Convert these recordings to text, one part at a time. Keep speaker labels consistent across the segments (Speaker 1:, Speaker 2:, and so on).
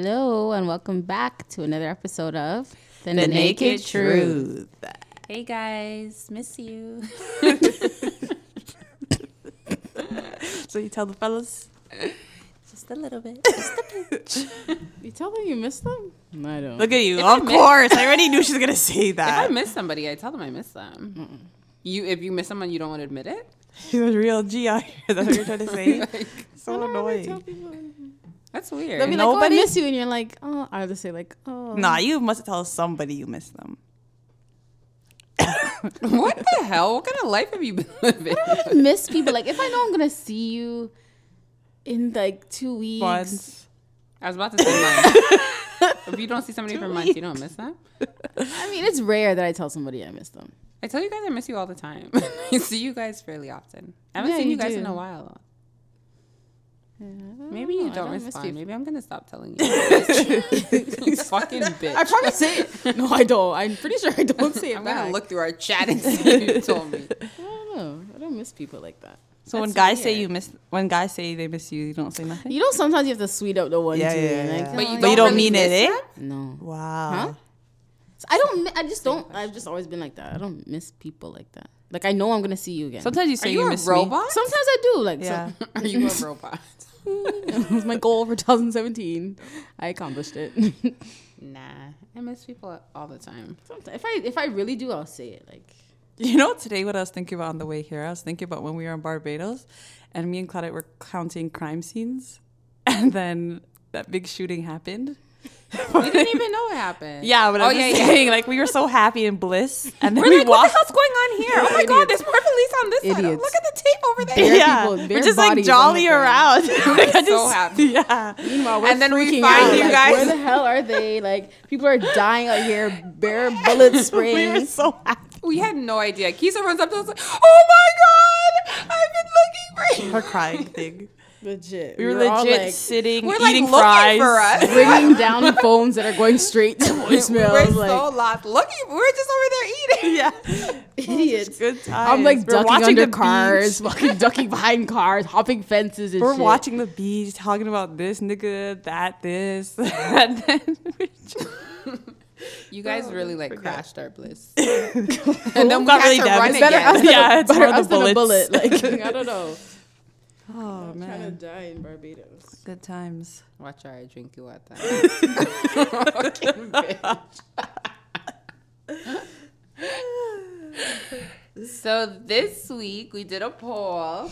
Speaker 1: Hello, and welcome back to another episode of The, Hey guys, miss you.
Speaker 2: So you tell the fellas.
Speaker 1: Just a little bit. you tell them you miss them? I don't.
Speaker 2: Look at you. of course. I already knew she was gonna say
Speaker 3: If I
Speaker 2: that.
Speaker 3: miss somebody, I tell them I miss them. You, if you miss someone, you don't want to admit it.
Speaker 2: She was real GI. That's what you're trying to say.
Speaker 1: I
Speaker 2: so
Speaker 1: don't know why I tell
Speaker 2: annoying.
Speaker 1: people.
Speaker 3: That's weird.
Speaker 1: They'll be like,
Speaker 2: Nobody-
Speaker 1: oh, I miss you. And you're like, oh, I just say, like, oh.
Speaker 2: Nah, you must tell somebody you miss them.
Speaker 3: what the hell? What kind of life have you been living?
Speaker 1: I miss people. Like, if I know I'm going to see you in like two weeks.
Speaker 2: Once.
Speaker 3: I was about to say mine. if you don't see somebody for months, you don't miss them.
Speaker 1: I mean, it's rare that I tell somebody I miss them.
Speaker 3: I tell you guys I miss you all the time. I see you guys fairly often. I haven't
Speaker 1: Yeah,
Speaker 3: seen you,
Speaker 1: you
Speaker 3: guys
Speaker 1: do.
Speaker 3: in a while.
Speaker 1: Yeah,
Speaker 3: Maybe
Speaker 1: I
Speaker 3: you don't,
Speaker 1: don't miss
Speaker 3: respond.
Speaker 1: you.
Speaker 3: Maybe I'm gonna stop telling you. You fucking bitch.
Speaker 1: I probably say it. No, I don't. I'm pretty sure I don't say it
Speaker 3: I'm
Speaker 1: back.
Speaker 3: gonna look through our chat and see what you told me.
Speaker 1: I don't know. I don't miss people like that.
Speaker 2: So when
Speaker 3: That's
Speaker 2: guys say
Speaker 3: weird.
Speaker 2: you miss, when guys say they miss you, you don't say nothing.
Speaker 1: You know, sometimes you have to sweet up the one
Speaker 2: Yeah,
Speaker 1: too.
Speaker 2: yeah, yeah,
Speaker 1: like,
Speaker 2: yeah.
Speaker 3: But
Speaker 1: oh,
Speaker 3: you
Speaker 1: yeah.
Speaker 2: but you don't
Speaker 3: really
Speaker 2: mean it,
Speaker 3: miss
Speaker 2: eh?
Speaker 3: them?
Speaker 1: No.
Speaker 2: Wow.
Speaker 1: So I don't. mi- I just don't. I've just always been like that. I don't miss people like that. Like I know I'm gonna see you again. Sometimes,
Speaker 2: Sometimes
Speaker 3: Are
Speaker 2: you say
Speaker 3: you,
Speaker 2: you,
Speaker 3: a
Speaker 2: miss me.
Speaker 3: robot?
Speaker 1: sometimes I do. Like
Speaker 2: Yeah.
Speaker 1: yeah.
Speaker 3: Are you a robot?
Speaker 1: it was my goal for 2017. I accomplished it.
Speaker 3: Nah, I miss people all the time.
Speaker 1: Sometimes, if I if I really do, I'll say it. Like
Speaker 2: You know, today what I was thinking about on the way here, I was thinking about when we were in Barbados and me and Claudette were counting crime scenes and then that big shooting happened.
Speaker 3: You didn't even know what happened.
Speaker 2: Yeah, but
Speaker 3: oh
Speaker 2: I'm
Speaker 3: yeah,
Speaker 2: just
Speaker 3: yeah.
Speaker 2: saying, like, we were so happy and bliss. And then
Speaker 3: We're
Speaker 2: we
Speaker 3: like, what
Speaker 2: walked.
Speaker 3: the hell's going on here? Oh my god, there's more police on this side.
Speaker 1: Idiots.
Speaker 3: Look at the tape over there.
Speaker 1: Bare
Speaker 2: yeah,
Speaker 1: people, bare
Speaker 2: we're just like
Speaker 1: bodies on
Speaker 2: jolly
Speaker 1: the ground.
Speaker 2: around. Like, I
Speaker 3: so happy.
Speaker 2: Yeah.
Speaker 1: meanwhile, we're
Speaker 3: And then we
Speaker 1: freaking
Speaker 3: find
Speaker 1: out,
Speaker 3: you
Speaker 1: like,
Speaker 3: guys.
Speaker 1: Where the hell are they? Like people are dying out here. Bare bullets
Speaker 2: we were
Speaker 1: spraying.
Speaker 2: so happy.
Speaker 3: We had no idea. Kisa runs up to us like, oh my god, I've been looking for
Speaker 2: Her
Speaker 3: you.
Speaker 2: crying thing.
Speaker 1: legit.
Speaker 2: We were
Speaker 1: all,
Speaker 2: legit
Speaker 1: like,
Speaker 2: sitting,
Speaker 3: We're like
Speaker 2: eating
Speaker 3: looking
Speaker 2: fries.
Speaker 3: for us.
Speaker 1: bringing down phones that are going straight to voicemail.
Speaker 3: We're
Speaker 1: Like,
Speaker 3: so lost. Looking, we're just over there eating.
Speaker 2: Yeah.
Speaker 1: idiots.
Speaker 2: Good times.
Speaker 1: I'm like
Speaker 2: We're
Speaker 1: ducking under
Speaker 2: the
Speaker 1: cars,
Speaker 2: beach.
Speaker 1: fucking ducking behind cars, hopping fences and
Speaker 2: We're
Speaker 1: shit.
Speaker 2: watching the beach, talking about this nigga, that, this. and then we just,
Speaker 3: You guys
Speaker 2: Oh,
Speaker 3: really like
Speaker 2: forget.
Speaker 3: crashed our bliss. and then we
Speaker 2: Got
Speaker 3: had
Speaker 2: really
Speaker 3: to
Speaker 2: down.
Speaker 3: run
Speaker 2: It's
Speaker 1: Better
Speaker 3: again.
Speaker 1: us than,
Speaker 2: Yeah,
Speaker 1: a,
Speaker 2: it's
Speaker 1: better
Speaker 2: more the
Speaker 1: us than a bullet.
Speaker 2: bullets.
Speaker 1: Like I don't know.
Speaker 2: oh, man.
Speaker 1: die in Barbados.
Speaker 2: Good times.
Speaker 3: Watch our drink you at that. so this week we did a poll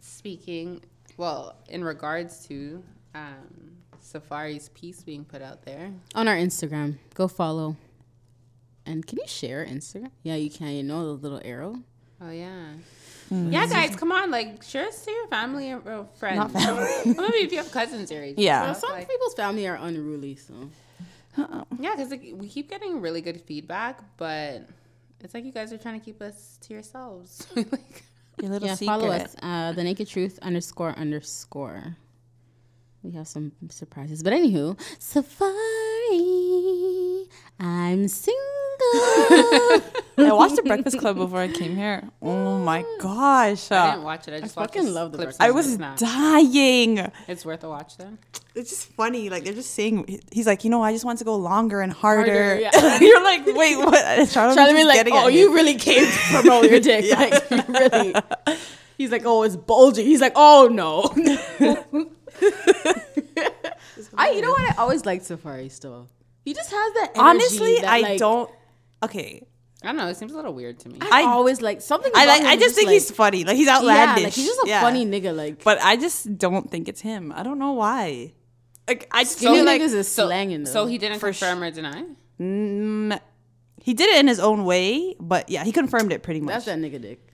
Speaker 3: speaking, well, in regards to um, Safari's piece being put out there.
Speaker 1: On our Instagram, go follow. And can you share Instagram? Yeah, you can. You know the little arrow.
Speaker 3: Oh yeah. Yeah, guys, come on! Like, share us to your family or or friends. Or maybe if you have cousins or anything.
Speaker 2: Yeah.
Speaker 1: Now,
Speaker 2: That's
Speaker 1: some people's family are unruly, so
Speaker 3: Yeah, because like, we keep getting really good feedback, but it's like you guys are trying to keep us to yourselves. like,
Speaker 2: Your little
Speaker 1: yeah, follow us. Uh, the Naked Truth underscore underscore. We have some surprises, but anywho, Safari, I'm single.
Speaker 2: I watched The Breakfast Club before I came here. Oh my gosh.
Speaker 3: I didn't watch it. I just watched
Speaker 1: fucking
Speaker 3: the
Speaker 1: love The
Speaker 3: clips
Speaker 1: Breakfast
Speaker 3: and
Speaker 2: I was
Speaker 3: It's, not.
Speaker 2: dying.
Speaker 3: it's worth a watch then.
Speaker 2: It's just funny. Like they're just saying. He's like, you know, I just want to go longer and harder.
Speaker 1: Harder, yeah.
Speaker 2: You're like, wait, what? Charlemagne
Speaker 1: Trying to be
Speaker 2: just
Speaker 1: like,
Speaker 2: getting
Speaker 1: oh,
Speaker 2: at
Speaker 1: you
Speaker 2: him."
Speaker 1: really came to promote your dick, like really. He's like, oh, it's bulging. He's like, oh no. I, you know what? I always liked Safari still. He just has that. Energy
Speaker 2: Honestly,
Speaker 1: that,
Speaker 2: I
Speaker 1: like,
Speaker 2: don't. Okay,
Speaker 3: I don't know. It seems a little weird to me.
Speaker 1: I,
Speaker 2: I-
Speaker 1: always like something.
Speaker 2: I
Speaker 1: about
Speaker 2: like. I
Speaker 1: him
Speaker 2: just think
Speaker 1: like-
Speaker 2: he's funny. Like he's outlandish.
Speaker 1: Yeah, like he's just a
Speaker 2: Yeah.
Speaker 1: funny nigga. Like
Speaker 2: But I just don't think it's him. I don't know why. Like I just
Speaker 1: skinny
Speaker 2: feel like
Speaker 1: niggas is
Speaker 3: so,
Speaker 1: slanging though.
Speaker 3: so he didn't
Speaker 2: For sh-
Speaker 3: confirm or deny.
Speaker 2: mm, he did it in his own way. But yeah, he confirmed it pretty much.
Speaker 1: that's that nigga dick.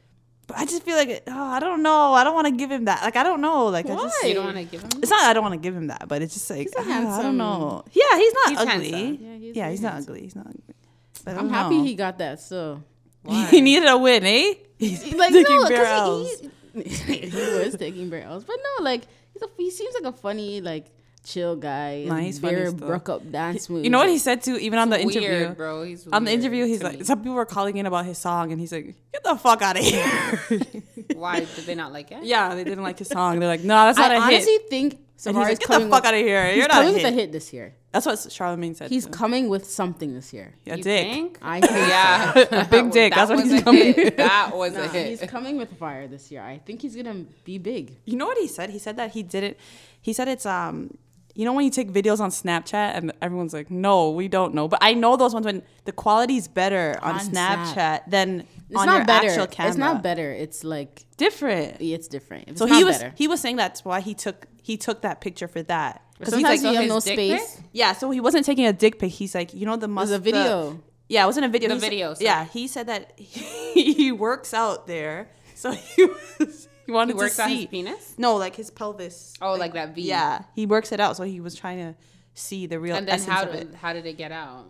Speaker 2: But I just feel like oh, I don't know. I don't want to give him that. Like I don't know. Like I just
Speaker 1: Why?
Speaker 3: You don't want to give him.
Speaker 2: It's not I don't want to give him that, but it's just like
Speaker 1: a
Speaker 2: ah, I
Speaker 1: handsome-
Speaker 2: don't know. Yeah, he's not
Speaker 3: He's
Speaker 2: ugly.
Speaker 3: handsome.
Speaker 2: Yeah,
Speaker 1: Yeah, he's
Speaker 2: he's,
Speaker 1: very
Speaker 2: not ugly. He's not ugly. But I
Speaker 1: I'm
Speaker 2: don't
Speaker 1: happy
Speaker 2: know.
Speaker 1: he got that. So
Speaker 2: he needed a win, eh? He's
Speaker 1: like
Speaker 2: taking
Speaker 1: no,
Speaker 2: bare
Speaker 1: because
Speaker 2: Ls.
Speaker 1: he, he was taking bear L's, but no, like he's a, he seems like a funny like chill guy.
Speaker 2: Nah,
Speaker 1: and
Speaker 2: he's funny
Speaker 1: very
Speaker 2: still.
Speaker 1: broke up dance moves.
Speaker 2: You know what he said too, even on the interview.
Speaker 3: Weird, bro. He's
Speaker 2: on the
Speaker 3: weird
Speaker 2: interview, he's
Speaker 3: to
Speaker 2: like,
Speaker 3: me.
Speaker 2: some people were calling in about his song, and he's like, "Get the fuck out of here!"
Speaker 3: why did they not like it?
Speaker 2: yeah, they didn't like his song. They're like, "No, that's not
Speaker 1: I
Speaker 2: a
Speaker 1: honestly
Speaker 2: hit."
Speaker 1: think
Speaker 2: and he's
Speaker 1: Safari's
Speaker 2: like, get the
Speaker 1: coming
Speaker 2: fuck
Speaker 1: with-
Speaker 2: out of here.
Speaker 1: He's
Speaker 2: You're not
Speaker 1: coming
Speaker 2: a
Speaker 1: with a
Speaker 2: hit.
Speaker 1: hit this year.
Speaker 2: That's what Charlemagne said.
Speaker 1: He's
Speaker 2: too.
Speaker 1: coming with something this year.
Speaker 2: a
Speaker 3: You
Speaker 2: dick.
Speaker 3: think?
Speaker 1: I think
Speaker 3: yeah,
Speaker 2: A big dick,
Speaker 3: That
Speaker 2: that's what
Speaker 3: was
Speaker 2: he's
Speaker 3: a
Speaker 2: coming
Speaker 3: hit. That was a
Speaker 1: Nah, he's
Speaker 3: hit.
Speaker 1: coming with fire this year. I think he's gonna be big.
Speaker 2: You know what he said? He said that he didn't. He said it's um. You know when you take videos on Snapchat and everyone's like, "No, we don't know," but I know those ones when the quality's better on,
Speaker 1: On
Speaker 2: Snapchat
Speaker 1: Snap.
Speaker 2: than
Speaker 1: It's
Speaker 2: on
Speaker 1: not
Speaker 2: your
Speaker 1: better.
Speaker 2: actual camera.
Speaker 1: It's not better. It's like
Speaker 2: different.
Speaker 1: it's different. If it's
Speaker 2: so
Speaker 1: not
Speaker 2: he was
Speaker 1: better.
Speaker 2: he was saying that's why he took he took that picture for that because he's like
Speaker 1: Sometimes
Speaker 3: like,
Speaker 1: you have
Speaker 3: his
Speaker 1: no
Speaker 3: dick pic?
Speaker 1: space.
Speaker 2: yeah. So he wasn't taking a dick pic. He's like, you know, the
Speaker 1: There's
Speaker 2: must
Speaker 1: a video.
Speaker 2: yeah, it wasn't a video.
Speaker 3: The
Speaker 2: He said-
Speaker 3: video, so-
Speaker 2: Yeah, he said that he, works out there, so he, was, he wanted
Speaker 3: He works
Speaker 2: to
Speaker 3: on
Speaker 2: see.
Speaker 3: his penis.
Speaker 2: No, like his pelvis.
Speaker 3: Oh, like that V.
Speaker 2: Yeah, he works it out, so he was trying to see the real
Speaker 3: And then
Speaker 2: essence
Speaker 3: how
Speaker 2: of it.
Speaker 3: did, how did it get out?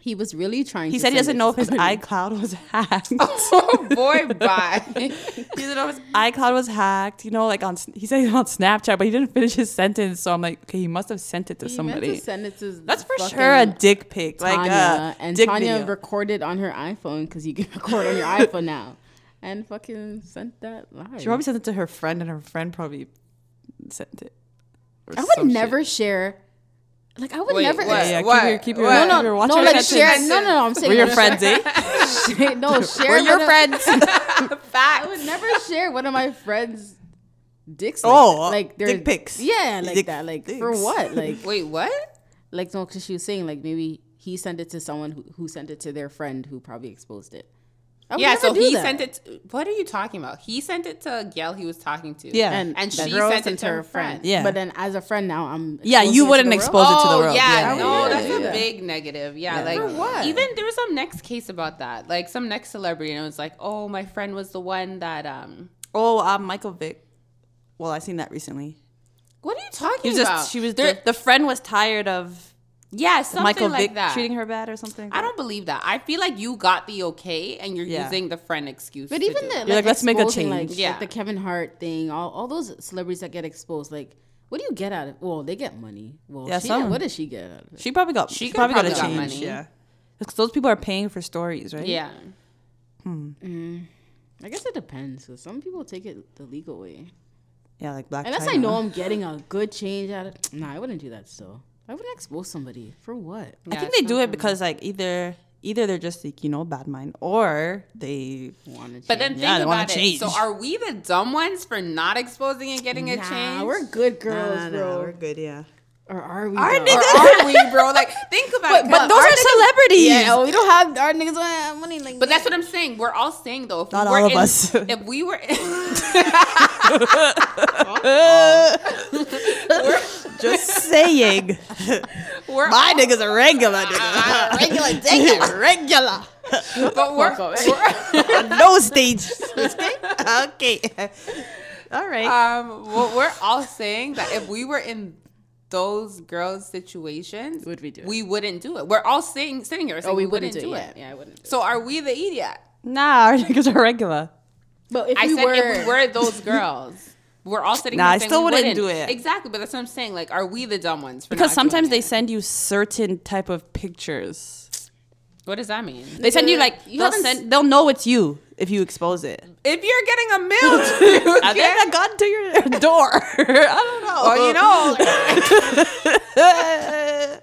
Speaker 1: He was really trying.
Speaker 2: He
Speaker 1: to
Speaker 2: said he
Speaker 1: send
Speaker 2: doesn't
Speaker 1: it
Speaker 2: know if
Speaker 1: to
Speaker 2: his
Speaker 1: somebody.
Speaker 2: iCloud was hacked.
Speaker 3: Oh boy, bye.
Speaker 2: he doesn't know if his iCloud was hacked. You know, like on he said it on Snapchat, but he didn't finish his sentence. So I'm like, okay, he must have sent it to
Speaker 1: He meant
Speaker 2: somebody.
Speaker 1: to send it to
Speaker 2: That's for
Speaker 1: fucking
Speaker 2: sure a dick pic, like
Speaker 1: Tanya,
Speaker 2: uh,
Speaker 1: and
Speaker 2: dick
Speaker 1: Tanya
Speaker 2: video.
Speaker 1: recorded on her iPhone because you can record on your iPhone now, and fucking sent that live.
Speaker 2: She probably sent it to her friend, and her friend probably sent it. or
Speaker 1: I would
Speaker 2: some shit.
Speaker 1: never share. Like I would
Speaker 3: Wait,
Speaker 1: never.
Speaker 3: what?
Speaker 2: Yeah, yeah, keep
Speaker 3: What?
Speaker 2: your keep your
Speaker 3: What?
Speaker 1: No,
Speaker 2: keep your
Speaker 1: no,
Speaker 2: watch
Speaker 1: no,
Speaker 2: your
Speaker 1: like
Speaker 2: sentence.
Speaker 1: share. No, no, no. I'm saying
Speaker 2: We're your
Speaker 1: like,
Speaker 2: friends, eh?
Speaker 1: share- no, share.
Speaker 2: We're your
Speaker 1: what a-
Speaker 2: friends.
Speaker 1: I
Speaker 3: Fact.
Speaker 1: would never share one of my friends' dicks. Like
Speaker 2: Oh,
Speaker 1: that. like their-
Speaker 2: dick pics.
Speaker 1: Yeah, like
Speaker 2: Dick
Speaker 1: that. Like for
Speaker 2: pics.
Speaker 1: what? Like
Speaker 3: Wait, what?
Speaker 1: like no, because she was saying like maybe he sent it to someone who, who sent it to their friend who probably exposed it. I would
Speaker 3: Yeah,
Speaker 1: never
Speaker 3: so
Speaker 1: do
Speaker 3: he
Speaker 1: that.
Speaker 3: sent it. To, what are you talking about? He sent it to a gal he was talking to.
Speaker 2: Yeah.
Speaker 1: and,
Speaker 3: and
Speaker 1: the
Speaker 3: she
Speaker 1: girl
Speaker 3: sent it to her friend.
Speaker 2: Yeah.
Speaker 1: but then as a friend now, I'm
Speaker 2: Yeah,
Speaker 1: exposing
Speaker 2: you
Speaker 1: it to
Speaker 2: wouldn't
Speaker 1: the world.
Speaker 2: expose it to the
Speaker 3: Oh
Speaker 2: world.
Speaker 3: yeah,
Speaker 2: Yeah,
Speaker 3: no,
Speaker 1: yeah,
Speaker 3: that's
Speaker 1: yeah,
Speaker 3: a
Speaker 1: yeah.
Speaker 3: big negative. Yeah,
Speaker 1: Yeah.
Speaker 3: like
Speaker 1: For what?
Speaker 3: even there was some next case about that. Like some next celebrity, and it was like, oh, my friend was the one that. um
Speaker 2: Oh, um, Michael Vick. Well, I seen that recently.
Speaker 3: What are you talking
Speaker 2: He was
Speaker 3: about?
Speaker 2: just she was
Speaker 3: there.
Speaker 2: the, the friend was tired of
Speaker 3: yeah, something
Speaker 2: Michael
Speaker 3: like
Speaker 2: Vick
Speaker 3: that.
Speaker 2: treating her bad or something.
Speaker 3: I don't believe that. I feel like you got the okay, and you're
Speaker 2: Yeah.
Speaker 3: using the friend excuse.
Speaker 1: But
Speaker 3: to
Speaker 1: even
Speaker 3: do
Speaker 1: the,
Speaker 3: it.
Speaker 1: like,
Speaker 2: like, let's make a
Speaker 1: exposing,
Speaker 2: change.
Speaker 1: Like,
Speaker 3: Yeah.
Speaker 1: like the Kevin Hart thing, all, all those celebrities that get exposed, like what do you get out of? Well, they get money. Well,
Speaker 2: Yeah,
Speaker 1: she,
Speaker 2: some-
Speaker 1: what does she get out of it?
Speaker 2: She probably got.
Speaker 3: She
Speaker 2: She,
Speaker 3: could
Speaker 2: probably, got a
Speaker 3: probably
Speaker 2: change.
Speaker 3: got money.
Speaker 2: Yeah, because those people are paying for stories, right?
Speaker 3: yeah,
Speaker 1: I guess it depends. 'cause some people take it the legal way.
Speaker 2: yeah, like black.
Speaker 1: Unless I
Speaker 2: China.
Speaker 1: know I'm getting a good change out of. Nah, I wouldn't do that. Still, I wouldn't expose somebody for what?
Speaker 2: I think they do it because like either either they're just like you know bad mind or they.
Speaker 1: Want to
Speaker 3: but then
Speaker 2: Yeah, they
Speaker 3: think
Speaker 2: wanna
Speaker 3: about it.
Speaker 2: change.
Speaker 3: So are we the dumb ones for not exposing and getting a
Speaker 1: nah,
Speaker 3: change?
Speaker 1: we're good girls, bro.
Speaker 2: good. Yeah.
Speaker 1: Or are we?
Speaker 3: Our
Speaker 1: though?
Speaker 3: niggas- are we, bro? Like, think about it.
Speaker 2: But those
Speaker 3: our
Speaker 2: are
Speaker 3: niggas-
Speaker 2: celebrities.
Speaker 1: yeah, oh, we don't have our niggas don't have money like.
Speaker 3: But that's what I'm saying. We're all saying though. If
Speaker 2: Not
Speaker 3: we were
Speaker 2: all of
Speaker 3: in-
Speaker 2: us.
Speaker 3: If we were,
Speaker 2: Just saying.
Speaker 3: we're
Speaker 2: My
Speaker 3: all-
Speaker 2: nigga's a regular nigga.
Speaker 1: regular, regular.
Speaker 2: regular.
Speaker 3: But we're, we're
Speaker 2: On no stage. okay. All right.
Speaker 3: um, well, we're all saying that if we were in those girls' situations,
Speaker 1: Would we do it?
Speaker 3: We wouldn't do it. We're all saying sitting here. Saying
Speaker 1: Oh,
Speaker 3: we, wouldn't, do
Speaker 1: Yeah,
Speaker 3: it.
Speaker 1: yeah, I wouldn't. Do it.
Speaker 3: So are we the idiot?
Speaker 2: nah, our niggas are regular.
Speaker 1: But if
Speaker 3: I
Speaker 1: we
Speaker 3: said
Speaker 1: were,
Speaker 3: if we were those girls. We're all sitting
Speaker 2: Nah,
Speaker 3: here
Speaker 2: I
Speaker 3: saying
Speaker 2: still
Speaker 3: we wouldn't
Speaker 2: wouldn't do it.
Speaker 3: Exactly, but that's what I'm saying. Like, are we the dumb ones? For
Speaker 2: Because
Speaker 3: not
Speaker 2: sometimes
Speaker 3: doing
Speaker 2: they
Speaker 3: it?
Speaker 2: send you certain type of pictures.
Speaker 3: What does that mean?
Speaker 2: They send you like
Speaker 1: You
Speaker 2: they'll
Speaker 1: haven't
Speaker 2: send they'll know it's you if you expose it.
Speaker 3: If you're getting a meal,
Speaker 2: I think I got to your door. I
Speaker 3: well, you know,
Speaker 2: don't know.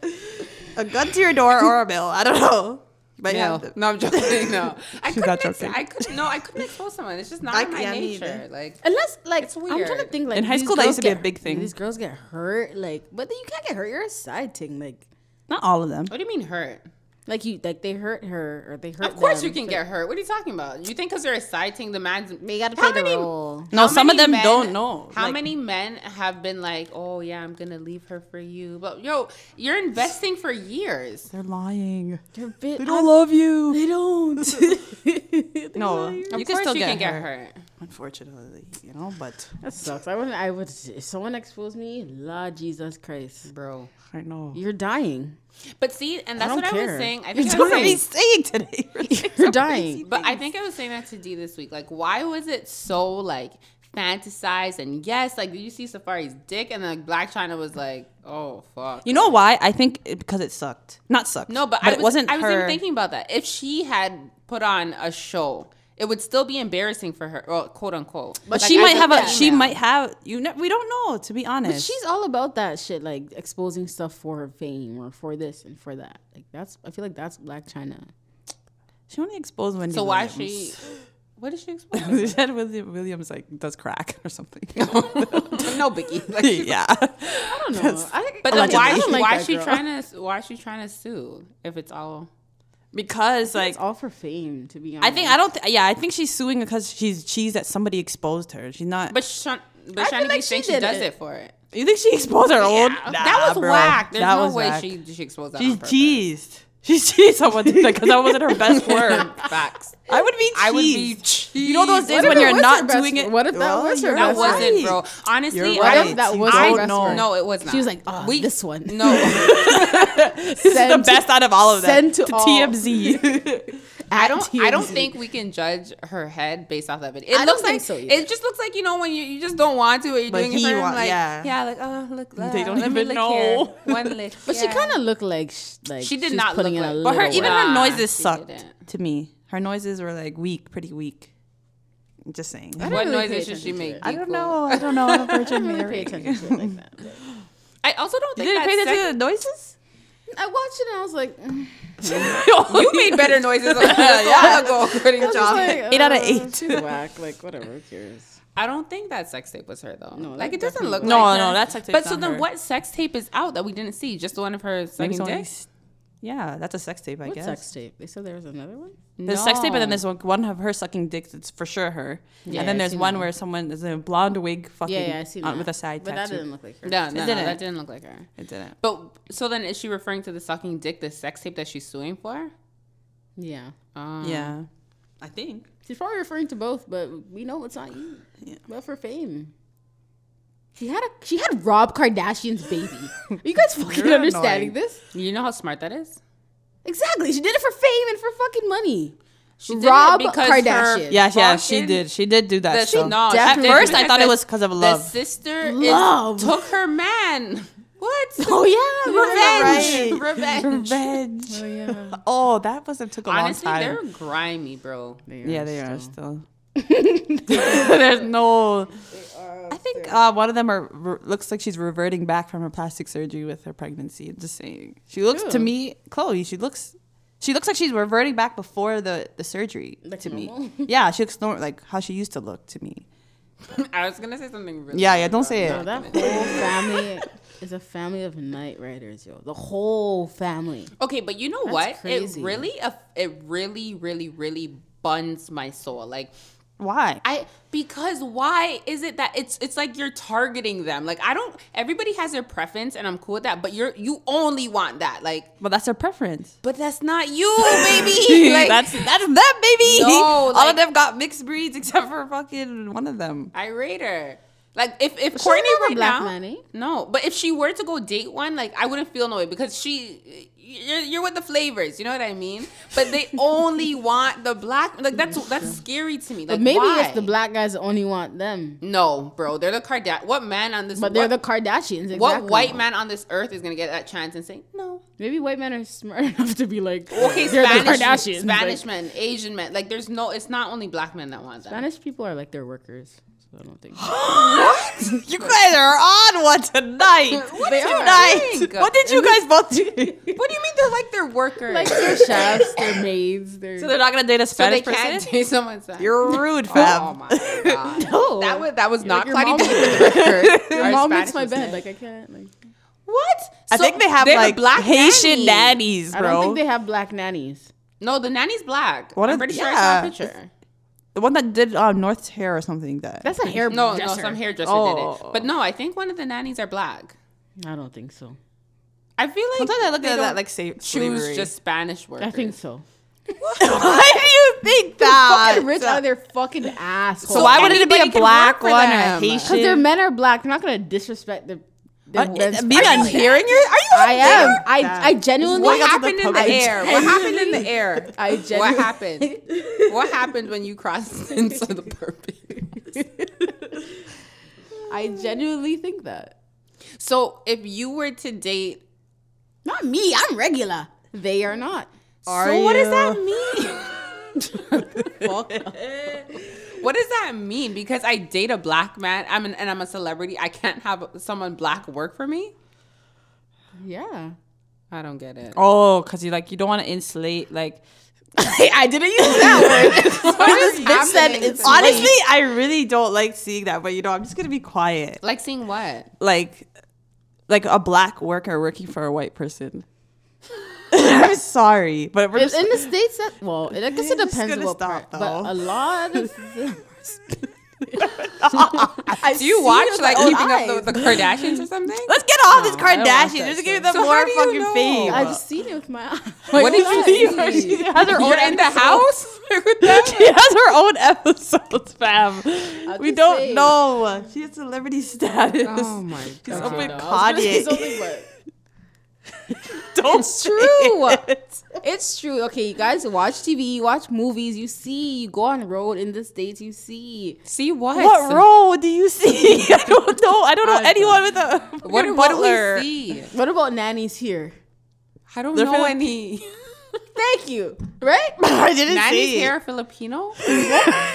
Speaker 2: a gun to your door or a bill. I don't know. But
Speaker 3: No,
Speaker 2: yeah.
Speaker 3: no, I'm joking. No, I couldn't.
Speaker 2: not
Speaker 3: ex-
Speaker 2: joking.
Speaker 3: I couldn't. No, I couldn't expose someone. It's just not
Speaker 2: I
Speaker 3: in my
Speaker 2: can't
Speaker 3: nature.
Speaker 2: either.
Speaker 3: Like,
Speaker 1: unless like
Speaker 3: It's
Speaker 1: I'm trying to
Speaker 3: weird.
Speaker 1: think like
Speaker 2: In high
Speaker 1: these
Speaker 2: school, that
Speaker 1: girls
Speaker 2: used to be a
Speaker 1: get-
Speaker 2: big thing.
Speaker 1: These girls get hurt, like, but then you can't get hurt. You're a side thing, like,
Speaker 2: Not all of them.
Speaker 3: what do you mean hurt?
Speaker 1: like you like they hurt her or they hurt.
Speaker 3: Of course,
Speaker 1: them.
Speaker 3: you can get hurt. What are you talking about? You think because they're exciting, the man's
Speaker 1: But you got to
Speaker 3: How
Speaker 1: play the
Speaker 3: many-
Speaker 1: role.
Speaker 2: No,
Speaker 3: How
Speaker 2: some of
Speaker 3: many
Speaker 2: them
Speaker 3: men-
Speaker 2: don't know.
Speaker 3: How
Speaker 2: Like,
Speaker 3: many men have been like, "Oh yeah, I'm gonna leave her for you," but yo, you're investing for years.
Speaker 2: They're lying.
Speaker 1: They're bit,
Speaker 2: They don't love you.
Speaker 1: They don't. They
Speaker 2: No,
Speaker 1: don't.
Speaker 2: you
Speaker 3: Of
Speaker 2: can
Speaker 3: course,
Speaker 2: still
Speaker 3: you
Speaker 2: get,
Speaker 3: can get
Speaker 2: hurt.
Speaker 3: hurt.
Speaker 2: Unfortunately, you know, but
Speaker 1: That sucks. I wouldn't. I would. If someone exposed me, la Jesus Christ,
Speaker 3: bro.
Speaker 2: I know.
Speaker 1: you're dying.
Speaker 3: But see, and that's
Speaker 1: don't
Speaker 3: what I was
Speaker 1: care.
Speaker 3: saying. I
Speaker 1: You're
Speaker 3: think I was
Speaker 2: What are
Speaker 1: dying.
Speaker 2: we
Speaker 3: saying,
Speaker 2: saying today?
Speaker 1: You're dying.
Speaker 3: But I think I was saying that to D this week. Like, why was it so like fantasized and yes, like did you see Safari's dick and then like, Black China was like, oh fuck.
Speaker 2: You know why? I think it, because it sucked. Not sucked.
Speaker 3: no, but, I
Speaker 2: it
Speaker 3: was,
Speaker 2: wasn't
Speaker 3: I was
Speaker 2: her.
Speaker 3: even thinking about that. If she had put on a show, it would still be embarrassing for her, well, quote unquote.
Speaker 1: But
Speaker 2: But
Speaker 3: Like,
Speaker 2: she
Speaker 3: I
Speaker 2: might
Speaker 3: get
Speaker 2: have a.
Speaker 3: that.
Speaker 2: She
Speaker 3: Yeah.
Speaker 2: might have. You. Ne- we don't know. To be honest,
Speaker 1: But she's all about that shit, like exposing stuff for fame or for this and for that. Like that's, I feel like that's Black China.
Speaker 2: she only exposed Wendy.
Speaker 3: So why she?
Speaker 2: Williams.
Speaker 3: What did she explain?
Speaker 2: They said Wendy Williams like does crack or something.
Speaker 3: no biggie. Like, she's-
Speaker 2: yeah.
Speaker 1: I don't know. I,
Speaker 3: But
Speaker 1: I
Speaker 3: then
Speaker 1: don't
Speaker 3: why?
Speaker 1: like
Speaker 3: Why,
Speaker 1: that
Speaker 3: why is she
Speaker 1: girl.
Speaker 3: trying to? Why is she trying to sue if it's all?
Speaker 2: Because like
Speaker 1: It's all for fame, to be honest.
Speaker 2: I think I don't. Th- yeah, I think she's suing because she's she's that somebody exposed her. She's not.
Speaker 3: But Shan,
Speaker 1: I
Speaker 3: but
Speaker 1: feel
Speaker 3: Shani
Speaker 1: like
Speaker 3: B saying
Speaker 1: she
Speaker 3: she
Speaker 1: did
Speaker 3: does
Speaker 1: it.
Speaker 3: it, for it.
Speaker 2: you think she exposed her own?
Speaker 3: Yeah,
Speaker 2: Nah,
Speaker 3: that was
Speaker 2: bro.
Speaker 3: whack. There's
Speaker 2: That
Speaker 3: no
Speaker 2: was
Speaker 3: way
Speaker 2: whack.
Speaker 3: she she exposed that.
Speaker 2: She's
Speaker 3: on purpose.
Speaker 2: cheesed. She cheesed someone because that wasn't her best work.
Speaker 3: Facts.
Speaker 2: I would be cheesed.
Speaker 3: I would be
Speaker 2: You know those
Speaker 3: cheesed.
Speaker 2: days
Speaker 1: What if
Speaker 2: when
Speaker 1: it
Speaker 2: you're
Speaker 1: was
Speaker 2: not
Speaker 1: her best
Speaker 2: doing
Speaker 1: work?
Speaker 2: it.
Speaker 1: What if that was her
Speaker 3: That
Speaker 1: That's best
Speaker 2: right.
Speaker 3: wasn't, bro. Honestly,
Speaker 2: You're
Speaker 1: What
Speaker 3: I
Speaker 1: if
Speaker 2: right.
Speaker 3: don't.
Speaker 1: that was
Speaker 2: I
Speaker 1: her
Speaker 2: don't
Speaker 1: best
Speaker 2: know.
Speaker 1: work?
Speaker 3: No, it was not.
Speaker 1: She was like, oh,
Speaker 3: We-
Speaker 1: this one.
Speaker 3: no,
Speaker 2: This is the
Speaker 1: Send to-
Speaker 2: best out of all of them.
Speaker 1: send to all.
Speaker 2: TMZ.
Speaker 3: I don't. I don't
Speaker 1: TMZ.
Speaker 3: think we can judge her head based off that video. It
Speaker 1: I don't
Speaker 3: looks
Speaker 1: think
Speaker 3: like
Speaker 1: so either.
Speaker 3: it just looks like you know when you, you just don't want to, but you're
Speaker 2: But
Speaker 3: doing it
Speaker 2: he
Speaker 3: for him,
Speaker 2: want-
Speaker 3: like
Speaker 2: yeah.
Speaker 3: yeah. like oh look,
Speaker 2: They
Speaker 3: uh,
Speaker 2: don't
Speaker 3: let me
Speaker 2: even
Speaker 3: lick
Speaker 2: know.
Speaker 3: here. one lick.
Speaker 1: But she kind of looked like sh- like
Speaker 3: She did
Speaker 1: was
Speaker 3: not
Speaker 1: putting
Speaker 3: look
Speaker 1: in a
Speaker 3: like-
Speaker 2: But her
Speaker 1: little
Speaker 2: even
Speaker 1: work.
Speaker 2: her
Speaker 3: Nah, she
Speaker 2: noises sucked
Speaker 3: didn't.
Speaker 2: to me. Her noises were like weak, pretty weak. I'm just saying.
Speaker 1: I
Speaker 3: of.
Speaker 1: didn't
Speaker 3: What
Speaker 1: really pay
Speaker 3: noises should she
Speaker 1: attention to
Speaker 3: make?
Speaker 1: it.
Speaker 2: I don't
Speaker 3: equal?
Speaker 2: know. I don't know. I'm a
Speaker 1: I
Speaker 2: Virgin
Speaker 1: didn't really
Speaker 2: Mary.
Speaker 1: pay attention to it like that.
Speaker 3: I also don't
Speaker 2: You
Speaker 3: think
Speaker 2: didn't pay
Speaker 3: that
Speaker 2: attention
Speaker 3: sex-
Speaker 2: to the noises?
Speaker 1: I watched it and I was like, mm.
Speaker 3: You made better noises a little while ago. Good
Speaker 1: I was
Speaker 3: job.
Speaker 1: like
Speaker 2: Eight out of
Speaker 1: uh,
Speaker 2: eight.
Speaker 1: She's whack. Like whatever. Who cares?
Speaker 3: I don't think that sex tape was her though.
Speaker 1: No,
Speaker 3: like
Speaker 1: that
Speaker 3: it doesn't
Speaker 1: definitely
Speaker 3: look.
Speaker 1: was.
Speaker 2: No,
Speaker 3: like
Speaker 2: no,
Speaker 3: her.
Speaker 2: that sex tape's
Speaker 3: But so
Speaker 2: not
Speaker 3: then,
Speaker 2: her.
Speaker 3: what sex tape is out that we didn't see? Just the one of her
Speaker 2: Maybe
Speaker 3: sucking
Speaker 2: someone-
Speaker 3: dick.
Speaker 2: Yeah, that's a sex tape, I
Speaker 1: What
Speaker 2: guess.
Speaker 1: sex tape? They said there was another one.
Speaker 2: There's sex tape, and then
Speaker 3: No.
Speaker 2: there's one, one of her sucking dicks. It's for sure her.
Speaker 1: Yeah,
Speaker 2: and then
Speaker 1: I've
Speaker 2: there's
Speaker 1: seen
Speaker 2: one
Speaker 1: that.
Speaker 2: where someone is in a blonde wig fucking
Speaker 1: Yeah, yeah, I seen
Speaker 2: on-
Speaker 1: that
Speaker 2: with a side
Speaker 1: But that
Speaker 2: tattoo.
Speaker 1: didn't look like her.
Speaker 3: No, no, no,
Speaker 2: didn't.
Speaker 3: that didn't look like her.
Speaker 2: it didn't.
Speaker 3: But so then, is she referring to the sucking dick, the sex tape that she's suing for?
Speaker 1: Yeah.
Speaker 3: Um,
Speaker 1: Mm.
Speaker 2: Yeah, I think.
Speaker 1: She's probably referring to both, but we know it's not you.
Speaker 2: Yeah.
Speaker 1: But for fame. She had a she had Rob Kardashian's baby. Are you guys fucking
Speaker 2: You're
Speaker 1: understanding
Speaker 2: annoying.
Speaker 1: this?
Speaker 3: You know how smart that is.
Speaker 1: Exactly. She did it for fame and for fucking money.
Speaker 3: She did it
Speaker 1: Rob
Speaker 3: because her-
Speaker 1: Kardashian.
Speaker 2: Yeah, yeah, she
Speaker 3: Fucking-
Speaker 2: did. She did do that.
Speaker 3: The-
Speaker 2: so.
Speaker 3: no,
Speaker 2: at
Speaker 1: definitely-
Speaker 2: first I thought it
Speaker 3: the-
Speaker 2: was because of
Speaker 3: The
Speaker 2: love.
Speaker 3: sister is-
Speaker 1: Love.
Speaker 3: took her man. What?
Speaker 1: Oh yeah,
Speaker 3: Revenge.
Speaker 2: right.
Speaker 3: Revenge.
Speaker 2: Revenge.
Speaker 1: yeah.
Speaker 2: Oh, that must have took a
Speaker 3: Honestly,
Speaker 2: long
Speaker 3: they're
Speaker 2: time.
Speaker 3: grimy, bro.
Speaker 2: Yeah, they are still. There's no. I think uh, one of them are re- looks like she's reverting back from her plastic surgery with her pregnancy. Just saying, she looks to
Speaker 1: True.
Speaker 2: me, Chloe. She looks, she looks like she's reverting back before the the surgery
Speaker 1: Like
Speaker 2: to
Speaker 1: normal?
Speaker 2: me. Yeah, she looks normal, like how she used to look to me.
Speaker 3: I was gonna say something really.
Speaker 2: Yeah, yeah,
Speaker 3: funny,
Speaker 2: don't
Speaker 3: but
Speaker 2: say
Speaker 3: I'm
Speaker 2: it.
Speaker 1: So
Speaker 3: not
Speaker 1: that
Speaker 3: gonna do
Speaker 1: whole family is a family of night riders, yo. The whole family.
Speaker 3: Okay, but you know
Speaker 1: That's
Speaker 3: what?
Speaker 1: crazy.
Speaker 3: It really, aff- it really, really, really buns my soul. Like
Speaker 2: Why?
Speaker 3: I because why is it that it's it's like you're targeting them? Like I don't. Everybody has their preference, and I'm cool with that. But you're you only want that. Like,
Speaker 2: well, that's her preference.
Speaker 3: but that's not you, baby. like,
Speaker 2: that's that's them, baby.
Speaker 3: No,
Speaker 2: All of
Speaker 3: like-
Speaker 2: them got mixed breeds except for fucking one of them.
Speaker 3: I rate her. Like if if
Speaker 1: She's
Speaker 3: Courtney
Speaker 1: not a
Speaker 3: right
Speaker 1: black
Speaker 3: now,
Speaker 1: man, eh?
Speaker 3: no. But if she were to go date one, like I wouldn't feel no way because she, you're, you're with the flavors. You know what I mean? But they only want the black. Like that's that's scary to me. Like
Speaker 1: But maybe
Speaker 3: why?
Speaker 1: it's the black guys that only want them.
Speaker 3: No, bro, they're the Kardashian. What man on this?
Speaker 1: But they're
Speaker 3: what-
Speaker 1: the Kardashians. Exactly.
Speaker 3: What white man on this earth is gonna get that chance and say no?
Speaker 1: Maybe white men are smart enough to be like,
Speaker 3: Okay,
Speaker 1: they're the
Speaker 3: Spanish,
Speaker 1: Kardashians.
Speaker 3: Spanish
Speaker 1: like,
Speaker 3: men, Asian men. Like, there's no. It's not only black men that want that.
Speaker 1: Spanish people are like their workers. So I don't think.
Speaker 2: You guys are on one tonight.
Speaker 3: What
Speaker 2: They
Speaker 3: do you
Speaker 2: tonight.
Speaker 3: think?
Speaker 2: What did you guys both do?
Speaker 3: What do you mean they're like their workers?
Speaker 1: like their chefs, their maids, their.
Speaker 2: so they're not gonna date a
Speaker 3: so they
Speaker 2: Spanish
Speaker 3: can't
Speaker 2: person?
Speaker 3: date someone. Spanish.
Speaker 2: You're rude, fam.
Speaker 3: Oh my god.
Speaker 1: No.
Speaker 3: That was that was not
Speaker 1: your mom-
Speaker 3: Claudia D with the record.
Speaker 1: Your
Speaker 3: Our
Speaker 1: mom makes
Speaker 3: Spanish
Speaker 1: my bed.
Speaker 3: listeners.
Speaker 1: Like I can't. Like
Speaker 3: What?
Speaker 2: I
Speaker 3: So
Speaker 2: think they have
Speaker 3: they're the
Speaker 2: like
Speaker 3: black nanny.
Speaker 2: Haitian nannies, bro.
Speaker 1: I don't think they have black nannies.
Speaker 3: No, the nanny's black.
Speaker 2: What
Speaker 3: I'm
Speaker 2: is-
Speaker 3: pretty
Speaker 2: yeah.
Speaker 3: sure I saw a picture.
Speaker 2: the one that did um, North's hair or something. That
Speaker 1: That's a hair.
Speaker 3: No, no,
Speaker 1: dresser.
Speaker 3: some hairdresser did
Speaker 2: Oh.
Speaker 3: it. But no, I think one of the nannies are black.
Speaker 1: I don't think so.
Speaker 3: I feel like
Speaker 2: sometimes I look
Speaker 3: they
Speaker 2: at
Speaker 3: don't
Speaker 2: that like say
Speaker 3: choose
Speaker 2: slavery.
Speaker 3: just Spanish workers.
Speaker 1: I think so.
Speaker 2: Why do you think
Speaker 3: Uh,
Speaker 2: that?
Speaker 1: Fucking rich out of their fucking asshole.
Speaker 2: so why wouldn't it be
Speaker 3: anybody
Speaker 2: a
Speaker 3: can
Speaker 2: black
Speaker 3: work for
Speaker 2: one or a
Speaker 3: them. 'Cause
Speaker 1: Because
Speaker 2: Haitian?
Speaker 1: their men are black. They're not gonna disrespect their. their
Speaker 2: Uh,
Speaker 1: men's
Speaker 2: Being
Speaker 1: pride.
Speaker 2: on hearing you? Are you?
Speaker 1: I am.
Speaker 2: Nah.
Speaker 1: I I genuinely.
Speaker 3: What
Speaker 2: Going out to the
Speaker 3: happened in
Speaker 2: pub-
Speaker 3: the
Speaker 2: I
Speaker 3: air? What happened in the air?
Speaker 1: I
Speaker 3: What
Speaker 1: genuinely-
Speaker 3: happened? What happened when you crossed into the purpose?
Speaker 1: I genuinely think that.
Speaker 3: So if you were to date,
Speaker 1: Not me. I'm regular. They are not.
Speaker 2: Are
Speaker 1: so what does that
Speaker 2: you?
Speaker 1: mean?
Speaker 3: What does that mean? Because I date a black man, I'm an, and I'm a celebrity. I can't have someone black work for me.
Speaker 1: Yeah.
Speaker 3: I don't get it.
Speaker 2: Oh, because you like you don't want to insulate like.
Speaker 1: I didn't use that word.
Speaker 3: What is
Speaker 1: bitch said
Speaker 3: happening?
Speaker 1: it's
Speaker 2: Honestly, I really don't like seeing that, but you know, I'm just gonna be quiet.
Speaker 3: like seeing what?
Speaker 2: Like, like a black worker working for a white person. I'm sorry, but we're
Speaker 1: If
Speaker 2: just,
Speaker 1: in the states that well, I guess it
Speaker 2: You're just
Speaker 1: depends on
Speaker 2: gonna
Speaker 1: what
Speaker 2: stop,
Speaker 1: part, but
Speaker 2: though.
Speaker 1: a lot of
Speaker 3: Do you watch like keeping up the, the Kardashians or something?
Speaker 2: let's get off this
Speaker 1: I don't watch
Speaker 2: Kardashian.
Speaker 1: that
Speaker 2: Just
Speaker 1: shit.
Speaker 2: give them
Speaker 3: So how
Speaker 2: more
Speaker 3: do you
Speaker 2: fucking
Speaker 3: know?
Speaker 2: fame.
Speaker 1: I've seen it with my eyes.
Speaker 3: What did you see?
Speaker 2: She has her own
Speaker 3: You're in the house with them?
Speaker 2: she has her own episodes, fam. we
Speaker 1: just
Speaker 2: don't
Speaker 1: saying.
Speaker 2: know. She has celebrity status.
Speaker 3: Oh my
Speaker 2: She's
Speaker 3: god.
Speaker 2: up with
Speaker 1: I was gonna say
Speaker 2: Kanye.
Speaker 1: something, but-
Speaker 2: Don't
Speaker 1: It's
Speaker 2: say
Speaker 1: true.
Speaker 2: it.
Speaker 1: It's true. Okay, you guys watch TV, you watch movies, you see, you go on the road in the states, you see.
Speaker 3: See what?
Speaker 2: What role do you see? I don't know. I don't know anyone with a
Speaker 3: What,
Speaker 2: fucking
Speaker 3: do- what
Speaker 2: butler.
Speaker 3: do we see?
Speaker 1: What about nannies here?
Speaker 3: I don't
Speaker 2: They're
Speaker 3: know
Speaker 2: Filip-
Speaker 3: any.
Speaker 1: Thank you. Right?
Speaker 2: I didn't
Speaker 3: Nanny's
Speaker 2: see it.
Speaker 3: here are Filipino.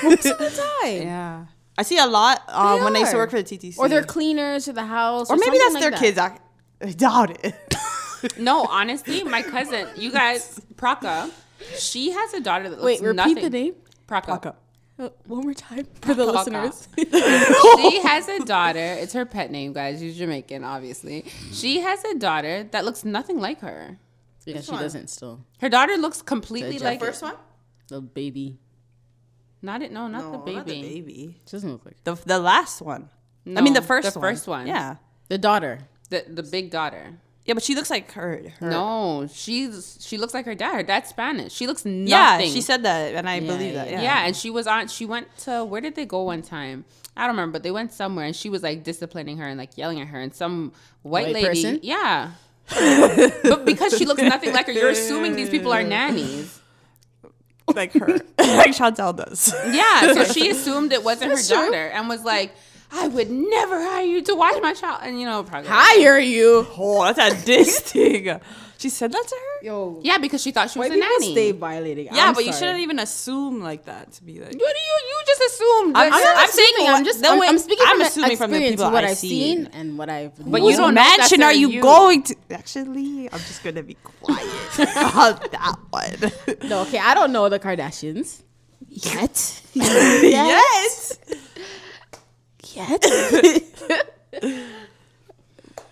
Speaker 1: Most of the time.
Speaker 3: yeah.
Speaker 2: I see a lot um,
Speaker 1: They
Speaker 2: when I used to
Speaker 1: are.
Speaker 2: work for the TTC.
Speaker 1: Or they're cleaners to the house.
Speaker 2: or
Speaker 1: something
Speaker 2: maybe that's
Speaker 1: like
Speaker 2: their
Speaker 1: that.
Speaker 2: kids. I, I doubt it.
Speaker 3: No, honestly, my cousin, you guys, Praka, she has a daughter that looks
Speaker 1: Wait, repeat
Speaker 3: nothing.
Speaker 1: the name
Speaker 3: Praka.
Speaker 1: uh, one more time for the
Speaker 3: Praka.
Speaker 1: listeners.
Speaker 3: She has a daughter. It's her pet name, guys. She's Jamaican, obviously. She has a daughter that looks nothing like her.
Speaker 1: yeah, she
Speaker 2: one?
Speaker 1: doesn't still.
Speaker 3: Her daughter looks completely
Speaker 1: The
Speaker 3: like
Speaker 1: first
Speaker 3: it.
Speaker 2: one?
Speaker 1: The baby.
Speaker 3: Not it. No, not the baby.
Speaker 2: Oh, Not the baby.
Speaker 1: She doesn't look like
Speaker 2: The, the last one. I mean,
Speaker 3: No,
Speaker 2: the first
Speaker 3: the
Speaker 2: one.
Speaker 3: first one.
Speaker 2: Yeah.
Speaker 1: The daughter.
Speaker 3: The the big daughter.
Speaker 2: Yeah, but she looks like her. her
Speaker 3: No, she's she looks like her dad. Her dad's Spanish. She looks nothing.
Speaker 2: Yeah, she said that, and I believe
Speaker 1: yeah,
Speaker 2: that.
Speaker 3: Yeah.
Speaker 2: Yeah.
Speaker 3: and she was on. She went to where did they go one time? I don't remember, but they went somewhere, and she was like disciplining her and like yelling at her, and some
Speaker 1: White
Speaker 3: white, lady,
Speaker 1: person?
Speaker 3: yeah. but because she looks nothing like her, you're assuming these people are nannies.
Speaker 2: like her, like Chantel does.
Speaker 3: Yeah, so she assumed it wasn't her
Speaker 1: That's true.
Speaker 3: daughter and was like, "I would never hire you to watch my child." And you know, probably
Speaker 1: Hire you.
Speaker 2: Oh, that's a diss thing. She said that to her.
Speaker 1: Yo.
Speaker 3: yeah, because she thought she was
Speaker 1: White
Speaker 3: a
Speaker 1: people
Speaker 3: nanny.
Speaker 1: stay violating.
Speaker 2: Yeah,
Speaker 1: I'm
Speaker 2: but you
Speaker 1: sorry.
Speaker 2: shouldn't even assume like that to be like.
Speaker 3: What do you? You just assumed. that-
Speaker 2: I'm not
Speaker 1: I'm
Speaker 2: saying
Speaker 1: assuming.
Speaker 2: what-
Speaker 1: I'm just.
Speaker 2: the
Speaker 1: I'm,
Speaker 2: way-
Speaker 1: I'm speaking
Speaker 2: I'm
Speaker 1: from
Speaker 2: assuming
Speaker 1: assuming
Speaker 2: from the
Speaker 1: experience,
Speaker 2: people
Speaker 1: what
Speaker 2: I've
Speaker 1: I've seen.
Speaker 2: seen.
Speaker 1: and what I've.
Speaker 3: But
Speaker 2: What
Speaker 3: you don't know if that's
Speaker 2: mansion are
Speaker 3: their
Speaker 2: you
Speaker 3: you.
Speaker 2: going to? Actually, I'm just gonna be quiet about that one.
Speaker 1: No, okay, I don't know the Kardashians yet.
Speaker 2: yes.
Speaker 1: Yet.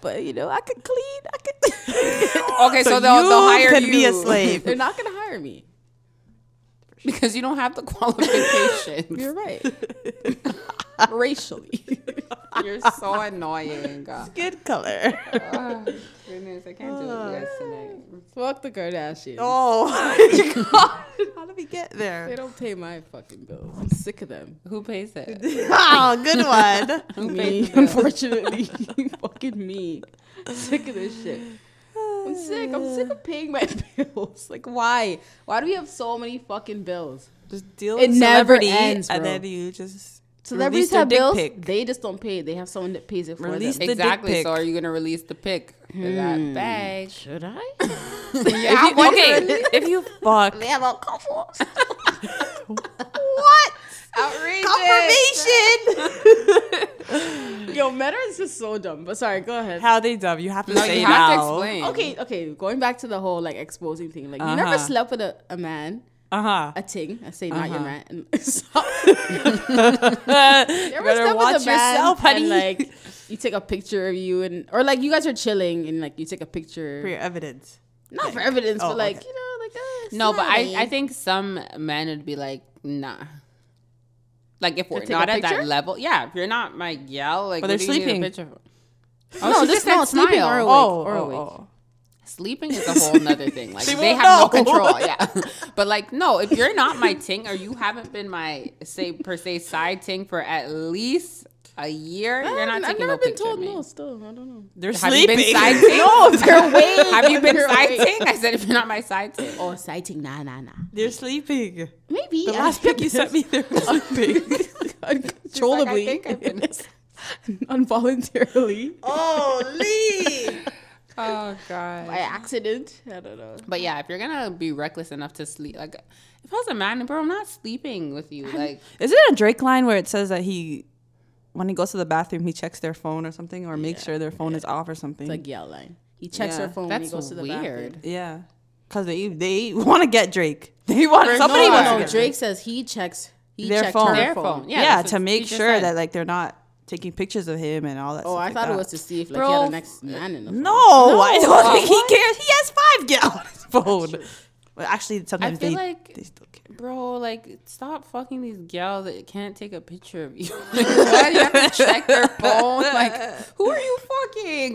Speaker 1: but you know, I could clean. I could.
Speaker 3: okay, so, they'll, they'll hire
Speaker 2: could
Speaker 3: you
Speaker 2: be a slave.
Speaker 1: They're not gonna hire me.
Speaker 3: because you don't have the qualifications.
Speaker 1: You're right. Racially.
Speaker 3: You're so annoying.
Speaker 2: Good color.
Speaker 3: Oh, goodness, I can't do it you guys tonight.
Speaker 1: Fuck the Kardashians.
Speaker 2: Oh my god! How did we get
Speaker 1: They
Speaker 2: there?
Speaker 1: don't pay my fucking bills. I'm sick of them.
Speaker 3: Who pays it?
Speaker 2: Wow, Ah, good one.
Speaker 1: me, unfortunately. fucking me. Sick of this shit. I'm sick. I'm sick of paying my bills. Like, why? Why do we have so many fucking bills?
Speaker 2: Just deal
Speaker 1: It
Speaker 2: with
Speaker 1: never
Speaker 2: celebrity,
Speaker 1: ends,
Speaker 2: and
Speaker 1: bro.
Speaker 2: then you just
Speaker 1: Celebrities
Speaker 2: release their
Speaker 1: have
Speaker 2: dick
Speaker 1: bills.
Speaker 2: pic.
Speaker 1: They just don't pay. it. They have someone that pays it for
Speaker 2: Release
Speaker 1: them.
Speaker 2: the dick
Speaker 3: Exactly.
Speaker 2: pic.
Speaker 3: So are you gonna release the pic for
Speaker 1: Mm.
Speaker 3: that bag?
Speaker 1: Should I?
Speaker 3: Yeah,
Speaker 2: If you- okay, if you fuck
Speaker 1: what?
Speaker 3: outrageous.
Speaker 2: confirmation,
Speaker 1: Yo, meta is just so dumb. But sorry, go ahead.
Speaker 2: how they dumb? You have to
Speaker 3: No,
Speaker 2: say
Speaker 3: you have to
Speaker 2: now.
Speaker 3: explain.
Speaker 1: Okay, okay. Going back to the whole like exposing thing. Like you never
Speaker 2: Uh-huh.
Speaker 1: slept with a, a man,
Speaker 2: Uh
Speaker 1: a ting. I say not your
Speaker 2: Uh-huh.
Speaker 1: man. And, so,
Speaker 2: huh.
Speaker 1: you
Speaker 2: you
Speaker 1: ever
Speaker 2: better
Speaker 1: slept with
Speaker 2: watch
Speaker 1: a man
Speaker 2: yourself, honey.
Speaker 1: And, like you take a picture of you and or like you guys are chilling and like you take a picture.
Speaker 2: for your evidence.
Speaker 1: not for evidence,
Speaker 2: Oh,
Speaker 1: but like
Speaker 2: okay.
Speaker 1: you know, like uh, it's
Speaker 3: No, but I,
Speaker 1: slutty.
Speaker 3: I think some men would be like, nah. Like if we're
Speaker 1: take a
Speaker 3: not at
Speaker 1: picture?
Speaker 3: that level, yeah. If you're not my gal, like
Speaker 2: But
Speaker 3: what
Speaker 2: they're
Speaker 3: do you need a
Speaker 2: sleeping.
Speaker 3: picture for?
Speaker 1: No,
Speaker 3: she
Speaker 1: this-
Speaker 3: just said
Speaker 1: no, sleeping
Speaker 3: smile.
Speaker 1: or awake.
Speaker 2: Oh,
Speaker 1: or
Speaker 2: oh,
Speaker 1: awake.
Speaker 2: oh.
Speaker 3: Sleeping is a whole nother thing. Like
Speaker 2: She
Speaker 3: they
Speaker 2: won't
Speaker 3: have no
Speaker 2: know.
Speaker 3: control. Yeah. But like, no, if you're not my ting or you haven't been my say per se side ting for at least a year, you're not
Speaker 1: I've
Speaker 3: taking
Speaker 1: never
Speaker 3: no
Speaker 1: been
Speaker 3: picture
Speaker 1: told
Speaker 3: of me.
Speaker 1: no. Still, I don't know.
Speaker 2: They're
Speaker 3: Have
Speaker 2: sleeping.
Speaker 3: you been side ting? no,
Speaker 1: they're way.
Speaker 3: Have you been
Speaker 1: they're
Speaker 3: side
Speaker 1: way-
Speaker 3: ting? I said if you're not my side ting.
Speaker 1: Oh, sighting. Nah, nah, nah.
Speaker 2: They're sleeping.
Speaker 1: Maybe
Speaker 2: The last pic you sent me, they're sleeping.
Speaker 1: uncontrollably,
Speaker 3: She's like, I think I've been-
Speaker 1: Oh, involuntarily.
Speaker 2: oh, Lee.
Speaker 3: Oh god.
Speaker 1: by accident. I don't know.
Speaker 3: But yeah, if you're gonna be reckless enough to sleep, like if I was a man, bro, I'm not sleeping with you. Like
Speaker 2: Is it a Drake line where it says that he, when he goes to the bathroom, he checks their phone or something, or makes sure their phone is off or something?
Speaker 1: It's like yell line. He checks
Speaker 2: Yeah.
Speaker 1: her phone when he
Speaker 3: that's
Speaker 1: goes to the
Speaker 3: weird.
Speaker 1: bathroom.
Speaker 2: yeah, because they they want to get Drake. They want somebody
Speaker 1: no,
Speaker 2: wants
Speaker 1: no,
Speaker 2: to
Speaker 1: no.
Speaker 2: get
Speaker 1: Drake says he checks. He
Speaker 2: Their
Speaker 1: checks
Speaker 2: phone.
Speaker 1: her
Speaker 2: Their
Speaker 1: phone.
Speaker 3: phone.
Speaker 2: Yeah,
Speaker 3: Yeah, that's
Speaker 2: to
Speaker 3: what
Speaker 2: make
Speaker 3: she just
Speaker 2: sure
Speaker 3: said.
Speaker 2: that like they're not taking pictures of him and all that.
Speaker 1: Oh,
Speaker 2: stuff
Speaker 1: I
Speaker 2: like
Speaker 1: thought
Speaker 2: that.
Speaker 1: it was to see if like he
Speaker 3: Bro,
Speaker 1: had the next man in the phone.
Speaker 2: No, I don't think he cares. He has five get on his phone. But actually, sometimes
Speaker 3: feel
Speaker 2: they
Speaker 3: like-
Speaker 2: they still care.
Speaker 3: Bro, like stop fucking these gals that can't take a picture of you. Like, why do you have to check their phone? Like, who are you fucking?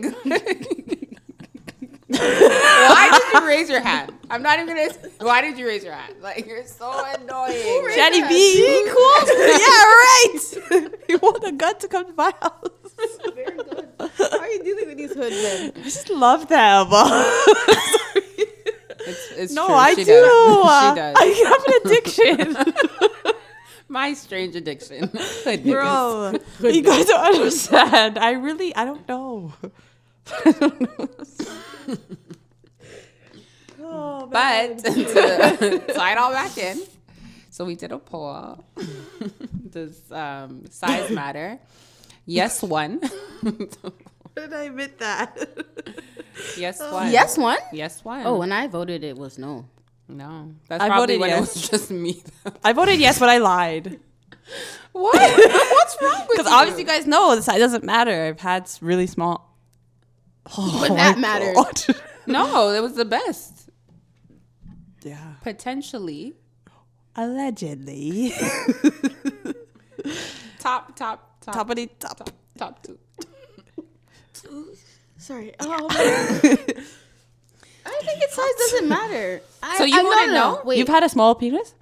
Speaker 3: why did you raise your hand? I'm not even gonna. Why did you raise your hand? Like, you're so annoying.
Speaker 2: Jenny B, cool. yeah, right. you want a gun to come to my house?
Speaker 1: Very good. How are you dealing with these hood men?
Speaker 2: I just love them.
Speaker 3: It's, it's
Speaker 2: no,
Speaker 3: true.
Speaker 2: I
Speaker 3: She
Speaker 2: do.
Speaker 3: Does. she does.
Speaker 2: I have an addiction,
Speaker 3: My strange addiction.
Speaker 2: bro. you guys don't understand. I really, I don't know. I don't know. Oh, man.
Speaker 3: But to tie it all back in, so we did a poll. Does um, size matter? Yes, one.
Speaker 2: Why did I admit that?
Speaker 3: Uh, yes, one.
Speaker 1: Yes, one.
Speaker 3: Yes, one.
Speaker 1: Oh, when I voted, it was no.
Speaker 3: no. That's
Speaker 2: I
Speaker 3: probably
Speaker 2: voted
Speaker 3: when
Speaker 2: yes.
Speaker 3: it was just me.
Speaker 2: I voted yes, but I lied.
Speaker 3: what? What's wrong with
Speaker 2: Because obviously, you guys know the size doesn't matter. I've had s- really small. Oh,
Speaker 1: But
Speaker 2: my
Speaker 1: that mattered.
Speaker 2: God.
Speaker 3: No, it was the best.
Speaker 2: yeah.
Speaker 3: Potentially
Speaker 2: Allegedly.
Speaker 3: top, top, top, top,
Speaker 2: Top of the top.
Speaker 3: top two.
Speaker 1: Sorry. Oh, I think its size doesn't matter. I,
Speaker 3: So you
Speaker 1: I- no,
Speaker 3: wouldn't
Speaker 1: no,
Speaker 3: know?
Speaker 1: Wait,
Speaker 2: You've had a small penis?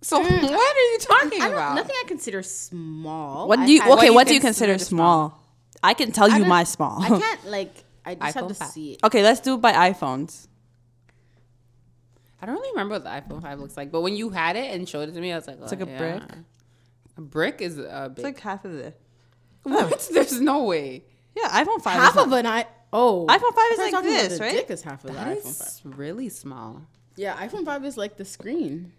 Speaker 3: So what are you talking
Speaker 1: I
Speaker 3: about?
Speaker 1: don't, nothing I consider small.
Speaker 2: What
Speaker 1: I-
Speaker 2: do you?
Speaker 1: I-
Speaker 2: okay, what do you consider small? I can tell
Speaker 1: I
Speaker 2: you
Speaker 1: don't-
Speaker 2: my small.
Speaker 1: I can't like. I just have
Speaker 3: iPhone
Speaker 1: to
Speaker 3: five.
Speaker 1: see it.
Speaker 2: okay, let's do it by iPhones.
Speaker 3: I don't really remember what the iPhone 5 looks like, but when you had it and showed it to me, I was like, it's
Speaker 2: like a brick.
Speaker 3: A brick is a big.
Speaker 2: half of the.
Speaker 3: what? There's no way.
Speaker 2: Yeah, iPhone five.
Speaker 1: Half
Speaker 2: is
Speaker 1: of an i. Oh,
Speaker 2: iPhone 5 is
Speaker 1: I was
Speaker 2: like
Speaker 1: talking about
Speaker 2: this,
Speaker 1: the
Speaker 2: right?
Speaker 1: Dick is half of the
Speaker 3: That
Speaker 1: iPhone
Speaker 3: is
Speaker 1: 5.
Speaker 3: really small.
Speaker 1: Yeah, iPhone 5 is like the screen,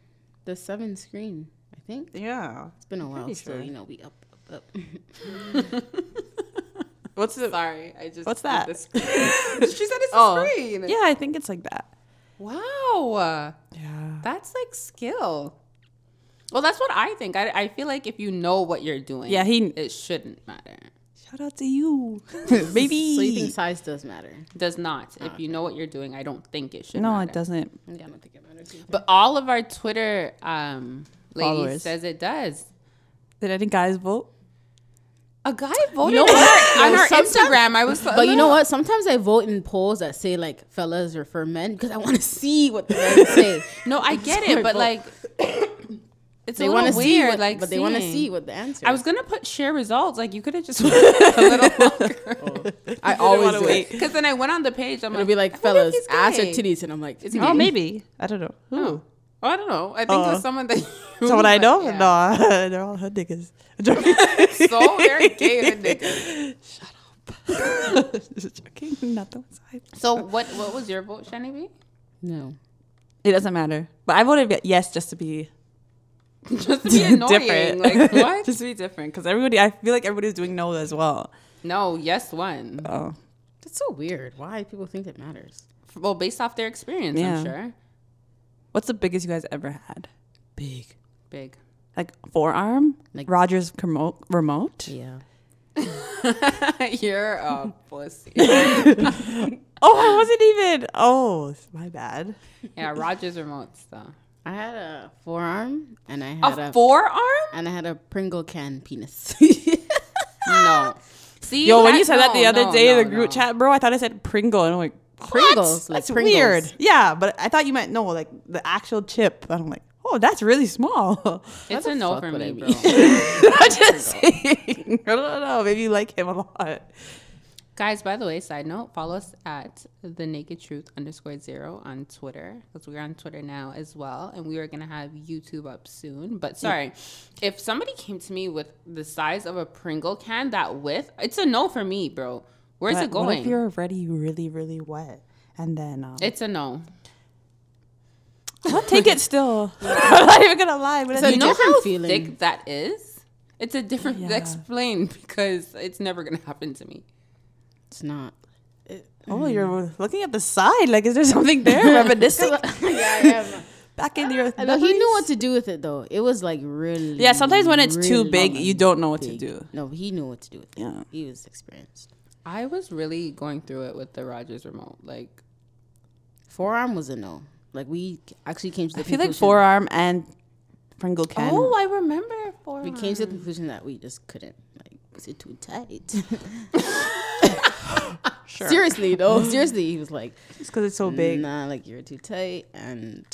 Speaker 1: the seven screen. I think
Speaker 2: not- yeah.
Speaker 1: it's been a while,
Speaker 2: Pretty
Speaker 1: so
Speaker 2: sure.
Speaker 1: you know we up, up, up.
Speaker 2: What's the?
Speaker 3: Sorry, I just.
Speaker 2: What's
Speaker 3: did
Speaker 2: that?
Speaker 3: the screen. she said it's
Speaker 2: Oh,
Speaker 3: a screen.
Speaker 2: yeah, I think it's like that.
Speaker 3: Wow,
Speaker 2: Yeah.
Speaker 3: that's like skill. Well, that's what I think. I, I feel like if you know what you're doing,
Speaker 2: Yeah, he-
Speaker 3: it shouldn't matter.
Speaker 2: Shout out to you,
Speaker 1: So you think
Speaker 2: baby.
Speaker 1: size does matter?
Speaker 3: Does not. If you know what you're doing, I don't think it should.
Speaker 2: No,
Speaker 3: matter.
Speaker 2: it doesn't.
Speaker 1: Yeah, I don't think it matters. either.
Speaker 3: But all of our Twitter um, ladies
Speaker 2: Followers.
Speaker 3: says it does.
Speaker 2: Did any guys vote?
Speaker 3: A guy voted
Speaker 1: know
Speaker 3: on
Speaker 1: what?
Speaker 3: her, on
Speaker 1: No,
Speaker 3: her
Speaker 1: sometimes-
Speaker 3: Instagram. I was,
Speaker 1: But you know what? Sometimes I vote in polls that say like fellas or for men because I want to see what the men say.
Speaker 3: No, I get it, but
Speaker 1: vote.
Speaker 3: like, it's
Speaker 1: They
Speaker 3: a
Speaker 1: want
Speaker 3: little
Speaker 1: to see
Speaker 3: weird.
Speaker 1: what,
Speaker 3: like,
Speaker 1: but they want to
Speaker 3: seeing.
Speaker 1: see what the answer.
Speaker 3: I was gonna put share results. Like, you could have just waited a little longer.
Speaker 1: I
Speaker 2: wanna
Speaker 1: always do
Speaker 2: wait.
Speaker 1: wait.
Speaker 3: Because then I went on the page. I'm
Speaker 1: It'll
Speaker 3: gonna
Speaker 1: be like fellas, ass or titties, and I'm like,
Speaker 3: Is he
Speaker 2: Oh,
Speaker 3: gay?
Speaker 2: maybe. I don't know. Who?
Speaker 3: Oh, I don't know. I think it
Speaker 2: Oh.
Speaker 3: was Uh, someone that. you-
Speaker 2: Someone I
Speaker 3: like,
Speaker 2: know?
Speaker 3: yeah.
Speaker 2: No, they're all her niggas.
Speaker 3: So they're gay and niggas.
Speaker 2: Just joking. Not the side.
Speaker 3: So what? What was your vote, Shani B?
Speaker 1: no.
Speaker 2: It doesn't matter. But I voted yes just to be
Speaker 3: Just to be annoying.
Speaker 2: different.
Speaker 3: like what?
Speaker 2: just to be different because everybody. I feel like everybody's doing no as well.
Speaker 3: No. Yes. One.
Speaker 2: Oh,
Speaker 1: That's so weird. Why people think it matters?
Speaker 3: Well, based off their experience,
Speaker 2: Yeah.
Speaker 3: I'm sure.
Speaker 2: what's the biggest you guys ever had?
Speaker 1: Big.
Speaker 3: Big.
Speaker 2: Like forearm,
Speaker 1: Like-
Speaker 2: Rogers remote, remote.
Speaker 1: Yeah.
Speaker 3: You're a pussy.
Speaker 2: Oh, I wasn't even. Oh, it's my bad.
Speaker 3: Yeah, Rogers remotes though.
Speaker 1: I had a forearm and I had
Speaker 3: A
Speaker 1: a,
Speaker 3: forearm?
Speaker 1: and I had a Pringle can penis.
Speaker 3: No. See,
Speaker 2: Yo, when
Speaker 3: that-
Speaker 2: you said that the
Speaker 3: no,
Speaker 2: other
Speaker 3: no,
Speaker 2: day in
Speaker 3: no,
Speaker 2: the
Speaker 3: no.
Speaker 2: group chat, bro, I thought I said Pringle, and I'm like, what?
Speaker 1: Pringles, like
Speaker 2: that's
Speaker 1: Pringles.
Speaker 2: weird. Yeah, but I thought you meant no, like the actual chip. And I'm like, oh, that's really small.
Speaker 3: it's
Speaker 1: Why the
Speaker 3: a no
Speaker 1: fuck
Speaker 3: for
Speaker 1: would I
Speaker 3: me,
Speaker 1: be-
Speaker 3: bro.
Speaker 2: I'm just saying. I don't know. Maybe you like him a lot.
Speaker 3: Guys, by the way, side note, follow us at the naked truth underscore zero on Twitter because we're on Twitter now as well, and we are gonna have YouTube up soon. But sorry, if somebody came to me with the size of a Pringle can that width, it's a no for me, bro. Where's it
Speaker 2: But What if
Speaker 3: going?
Speaker 2: you're already really, really wet? And then um,
Speaker 3: It's a no.
Speaker 2: I'll take it still. I'm not even gonna lie. But
Speaker 1: a
Speaker 3: you know
Speaker 1: different
Speaker 3: how
Speaker 1: feeling.
Speaker 3: thick that is? It's a different.
Speaker 2: Yeah.
Speaker 3: Explain because it's never gonna happen to me.
Speaker 1: It's not.
Speaker 2: oh, you're looking at the side. Like, is there something there? Reminiscing
Speaker 1: yeah, I am.
Speaker 2: back in your.
Speaker 1: But he knew what to do with it though. It was like really.
Speaker 2: Yeah, sometimes when it's too
Speaker 1: really
Speaker 2: big, you don't know what to
Speaker 1: big.
Speaker 2: do.
Speaker 1: No, he knew what to do with it.
Speaker 2: Yeah.
Speaker 1: He was experienced.
Speaker 3: I was really going through it with the Rogers remote. Like
Speaker 1: Forearm was a no. Like we actually came to the
Speaker 2: I feel like
Speaker 1: conclusion-
Speaker 2: forearm and Pringle can.
Speaker 3: I remember for
Speaker 1: We came to the conclusion that we just couldn't. Like, was it too tight? Seriously though, seriously, he was like,
Speaker 2: It's because it's so big.
Speaker 1: Nah, like you're too tight, and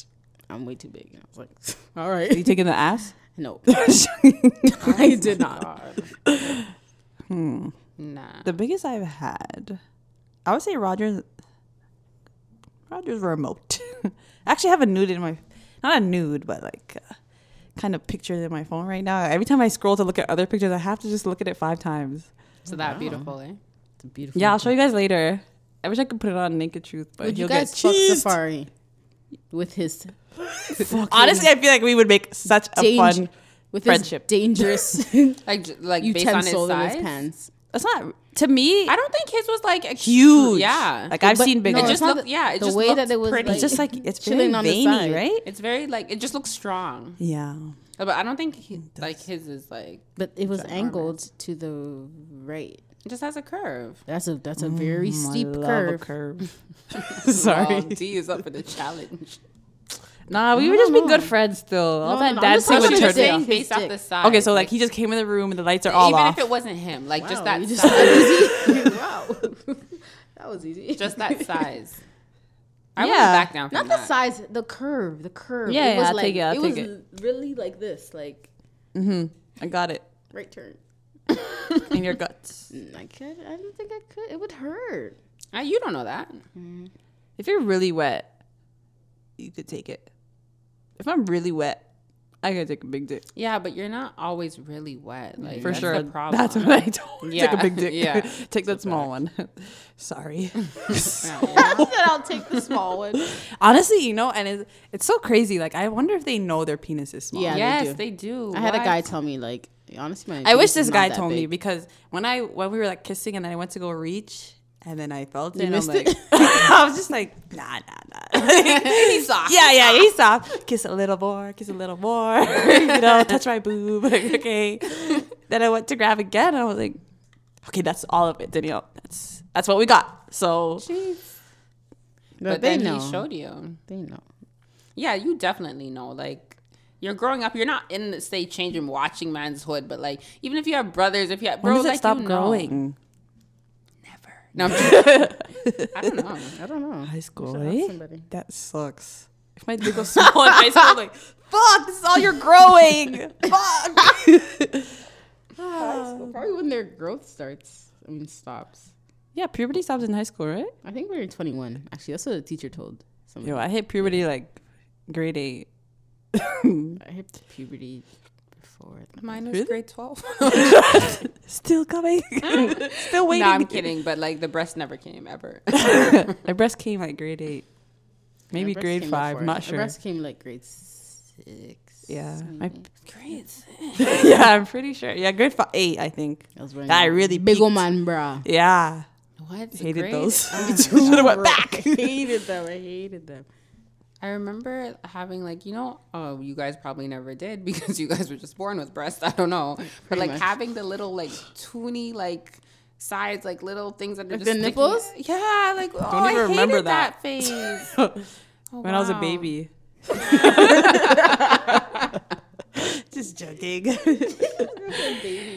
Speaker 1: I'm way too big. And I was like, all right,
Speaker 2: Are you taking the ass?
Speaker 1: no,
Speaker 2: the
Speaker 1: I did not.
Speaker 3: nah.
Speaker 2: biggest I've had, I would say Rogers. Rogers remote. I actually have a nude in my, not a nude, but like, uh, kind of pictures in my phone right now. Every time I scroll to look at other pictures, I have to just look at it five times.
Speaker 3: So that beautiful, eh?
Speaker 1: It's a beautiful.
Speaker 2: Yeah, I'll show you guys later. I wish I could put it on Naked Truth, but
Speaker 1: Would you
Speaker 2: you'll
Speaker 1: guys
Speaker 2: get
Speaker 1: fuck
Speaker 2: cheesed.
Speaker 1: Safari with his
Speaker 2: Honestly, I feel like we would make such a
Speaker 1: dang-
Speaker 2: fun.
Speaker 1: with
Speaker 2: friendship.
Speaker 1: his dangerous
Speaker 3: Like j- like based on his
Speaker 1: utensil in
Speaker 3: size.
Speaker 1: his pants?
Speaker 2: It's not to me.
Speaker 3: I don't think his was like extru-
Speaker 2: huge.
Speaker 3: Yeah,
Speaker 2: like I've
Speaker 1: But
Speaker 2: seen bigger.
Speaker 1: no,
Speaker 3: it
Speaker 1: it's
Speaker 3: just
Speaker 1: not
Speaker 3: looked
Speaker 1: the-
Speaker 3: yeah. It
Speaker 1: the
Speaker 3: just
Speaker 1: way
Speaker 3: looked
Speaker 1: that it was,
Speaker 3: pretty.
Speaker 1: like-
Speaker 2: it's just like it's very
Speaker 1: chilling on the
Speaker 2: veiny,
Speaker 1: side.
Speaker 2: right?
Speaker 3: it's very like it just looks strong.
Speaker 2: Yeah.
Speaker 3: But I don't think he, like his is like
Speaker 1: But it was
Speaker 3: Ginormous.
Speaker 1: angled to the right.
Speaker 3: it just has a curve.
Speaker 1: That's a that's a very steep curve.
Speaker 2: Sorry.
Speaker 3: Well, D is up for the challenge.
Speaker 2: Nah, we would just be good friends still. All
Speaker 1: No, no,
Speaker 2: that
Speaker 1: no, I'm just
Speaker 2: dancing
Speaker 1: It
Speaker 3: I'm
Speaker 2: would
Speaker 1: thinking
Speaker 2: turn
Speaker 3: just
Speaker 1: turned it
Speaker 3: saying
Speaker 1: off.
Speaker 2: down.
Speaker 3: based off
Speaker 1: His
Speaker 3: the
Speaker 1: dick.
Speaker 3: side.
Speaker 2: Okay, so like he just came in the room and the lights are all
Speaker 3: even
Speaker 2: off.
Speaker 3: if it wasn't him, like just
Speaker 1: Wow,
Speaker 3: that
Speaker 1: Oh, you just-
Speaker 3: size,
Speaker 1: wow, that was easy.
Speaker 3: just that size. I wouldn't
Speaker 2: Yeah.
Speaker 3: back down from
Speaker 1: Not the
Speaker 3: that.
Speaker 1: size, the curve, the curve.
Speaker 2: Yeah,
Speaker 1: it was
Speaker 2: yeah, I'll
Speaker 1: like
Speaker 2: take it, I'll
Speaker 1: was
Speaker 2: take
Speaker 1: really like this, like
Speaker 2: I got it
Speaker 1: right turn.
Speaker 2: in your guts.
Speaker 1: Mm, I could. I don't think I could. It would hurt.
Speaker 3: Ah, you don't know that.
Speaker 2: If you're really wet, you could take it. If I'm really wet, I could take a big dick
Speaker 3: Yeah, but you're not always really wet. Like,
Speaker 2: for
Speaker 3: that's
Speaker 2: sure.
Speaker 3: The problem.
Speaker 2: That's what I told. Take
Speaker 3: Yeah.
Speaker 2: a big dick.
Speaker 3: Yeah.
Speaker 2: take that small one. Sorry.
Speaker 1: I said I'll take the small one.
Speaker 2: Honestly, you know, and it's, it's so crazy. Like, I wonder if they know their penis is small.
Speaker 1: Yeah,
Speaker 3: yes,
Speaker 1: they do.
Speaker 3: they do.
Speaker 1: I had a
Speaker 3: Why?
Speaker 1: guy tell me like, honestly, my
Speaker 2: I wish
Speaker 1: penis
Speaker 2: this
Speaker 1: is not
Speaker 2: guy
Speaker 1: that
Speaker 2: told me
Speaker 1: big.
Speaker 2: because when I when we were like kissing and I went to go reach and then I felt it.
Speaker 1: You
Speaker 2: and
Speaker 1: missed
Speaker 2: I'm like,
Speaker 1: it?
Speaker 2: I was just like, nah, nah, nah. he's soft. Yeah, yeah, he's soft. Kiss a little more, kiss a little more. you know, touch my boob. Like, okay. Then I went to grab again and I was like, okay, that's all of it, Danielle. That's that's what we got. So
Speaker 1: But,
Speaker 3: But
Speaker 1: they
Speaker 3: then
Speaker 1: know.
Speaker 3: he showed you.
Speaker 1: They know.
Speaker 3: Yeah, you definitely know. Like you're growing up, you're not in the state change and watching man's hood, but like even if you have brothers, if you have
Speaker 2: when
Speaker 3: bro,
Speaker 2: does
Speaker 3: like
Speaker 2: it stop
Speaker 3: you know.
Speaker 2: growing?
Speaker 3: Never. No, I'm just, I don't know.
Speaker 1: I don't know.
Speaker 2: High school,
Speaker 1: Ask
Speaker 2: eh?
Speaker 1: somebody.
Speaker 2: That sucks. If my dick was small in high school, I'm like, fuck, this is all you're growing. fuck.
Speaker 1: Probably when their growth starts. I mean, stops.
Speaker 2: yeah, puberty stops in high school, right?
Speaker 1: I think we were 21. Actually, that's what the teacher told. Somebody.
Speaker 2: Yo, I hit puberty like grade eight.
Speaker 1: I hit puberty before. that.
Speaker 3: Mine was
Speaker 2: Really?
Speaker 3: grade twelve.
Speaker 2: Still coming. Still
Speaker 3: no,
Speaker 2: waiting.
Speaker 3: I'm kidding, but like the breast never came ever.
Speaker 2: My breast came like grade eight. Maybe
Speaker 1: My breast
Speaker 2: grade
Speaker 1: came
Speaker 2: five.
Speaker 1: before.
Speaker 2: I'm not
Speaker 1: My
Speaker 2: sure.
Speaker 1: breast came like grade six.
Speaker 2: yeah.
Speaker 1: maybe.
Speaker 2: My,
Speaker 3: Great.
Speaker 2: yeah, I'm pretty sure. Yeah, grade five, eight, I think.
Speaker 1: I was wearing
Speaker 2: That
Speaker 1: a
Speaker 2: really
Speaker 1: big old
Speaker 2: peaked.
Speaker 1: man bra.
Speaker 2: Yeah.
Speaker 3: What?
Speaker 2: Hated
Speaker 3: Grade-
Speaker 2: those. Should have went
Speaker 1: I
Speaker 2: back.
Speaker 1: hated them. I hated them.
Speaker 3: I remember having like you know oh you guys probably never did because you guys were just born with breasts I don't know but like
Speaker 1: much.
Speaker 3: having the little like toony like sides like little things under
Speaker 1: the nipples?
Speaker 3: yeah like oh
Speaker 2: even
Speaker 3: I
Speaker 2: remember
Speaker 3: hated that,
Speaker 2: that.
Speaker 3: phase Oh,
Speaker 2: when I was a
Speaker 3: wow.
Speaker 2: baby. Just joking.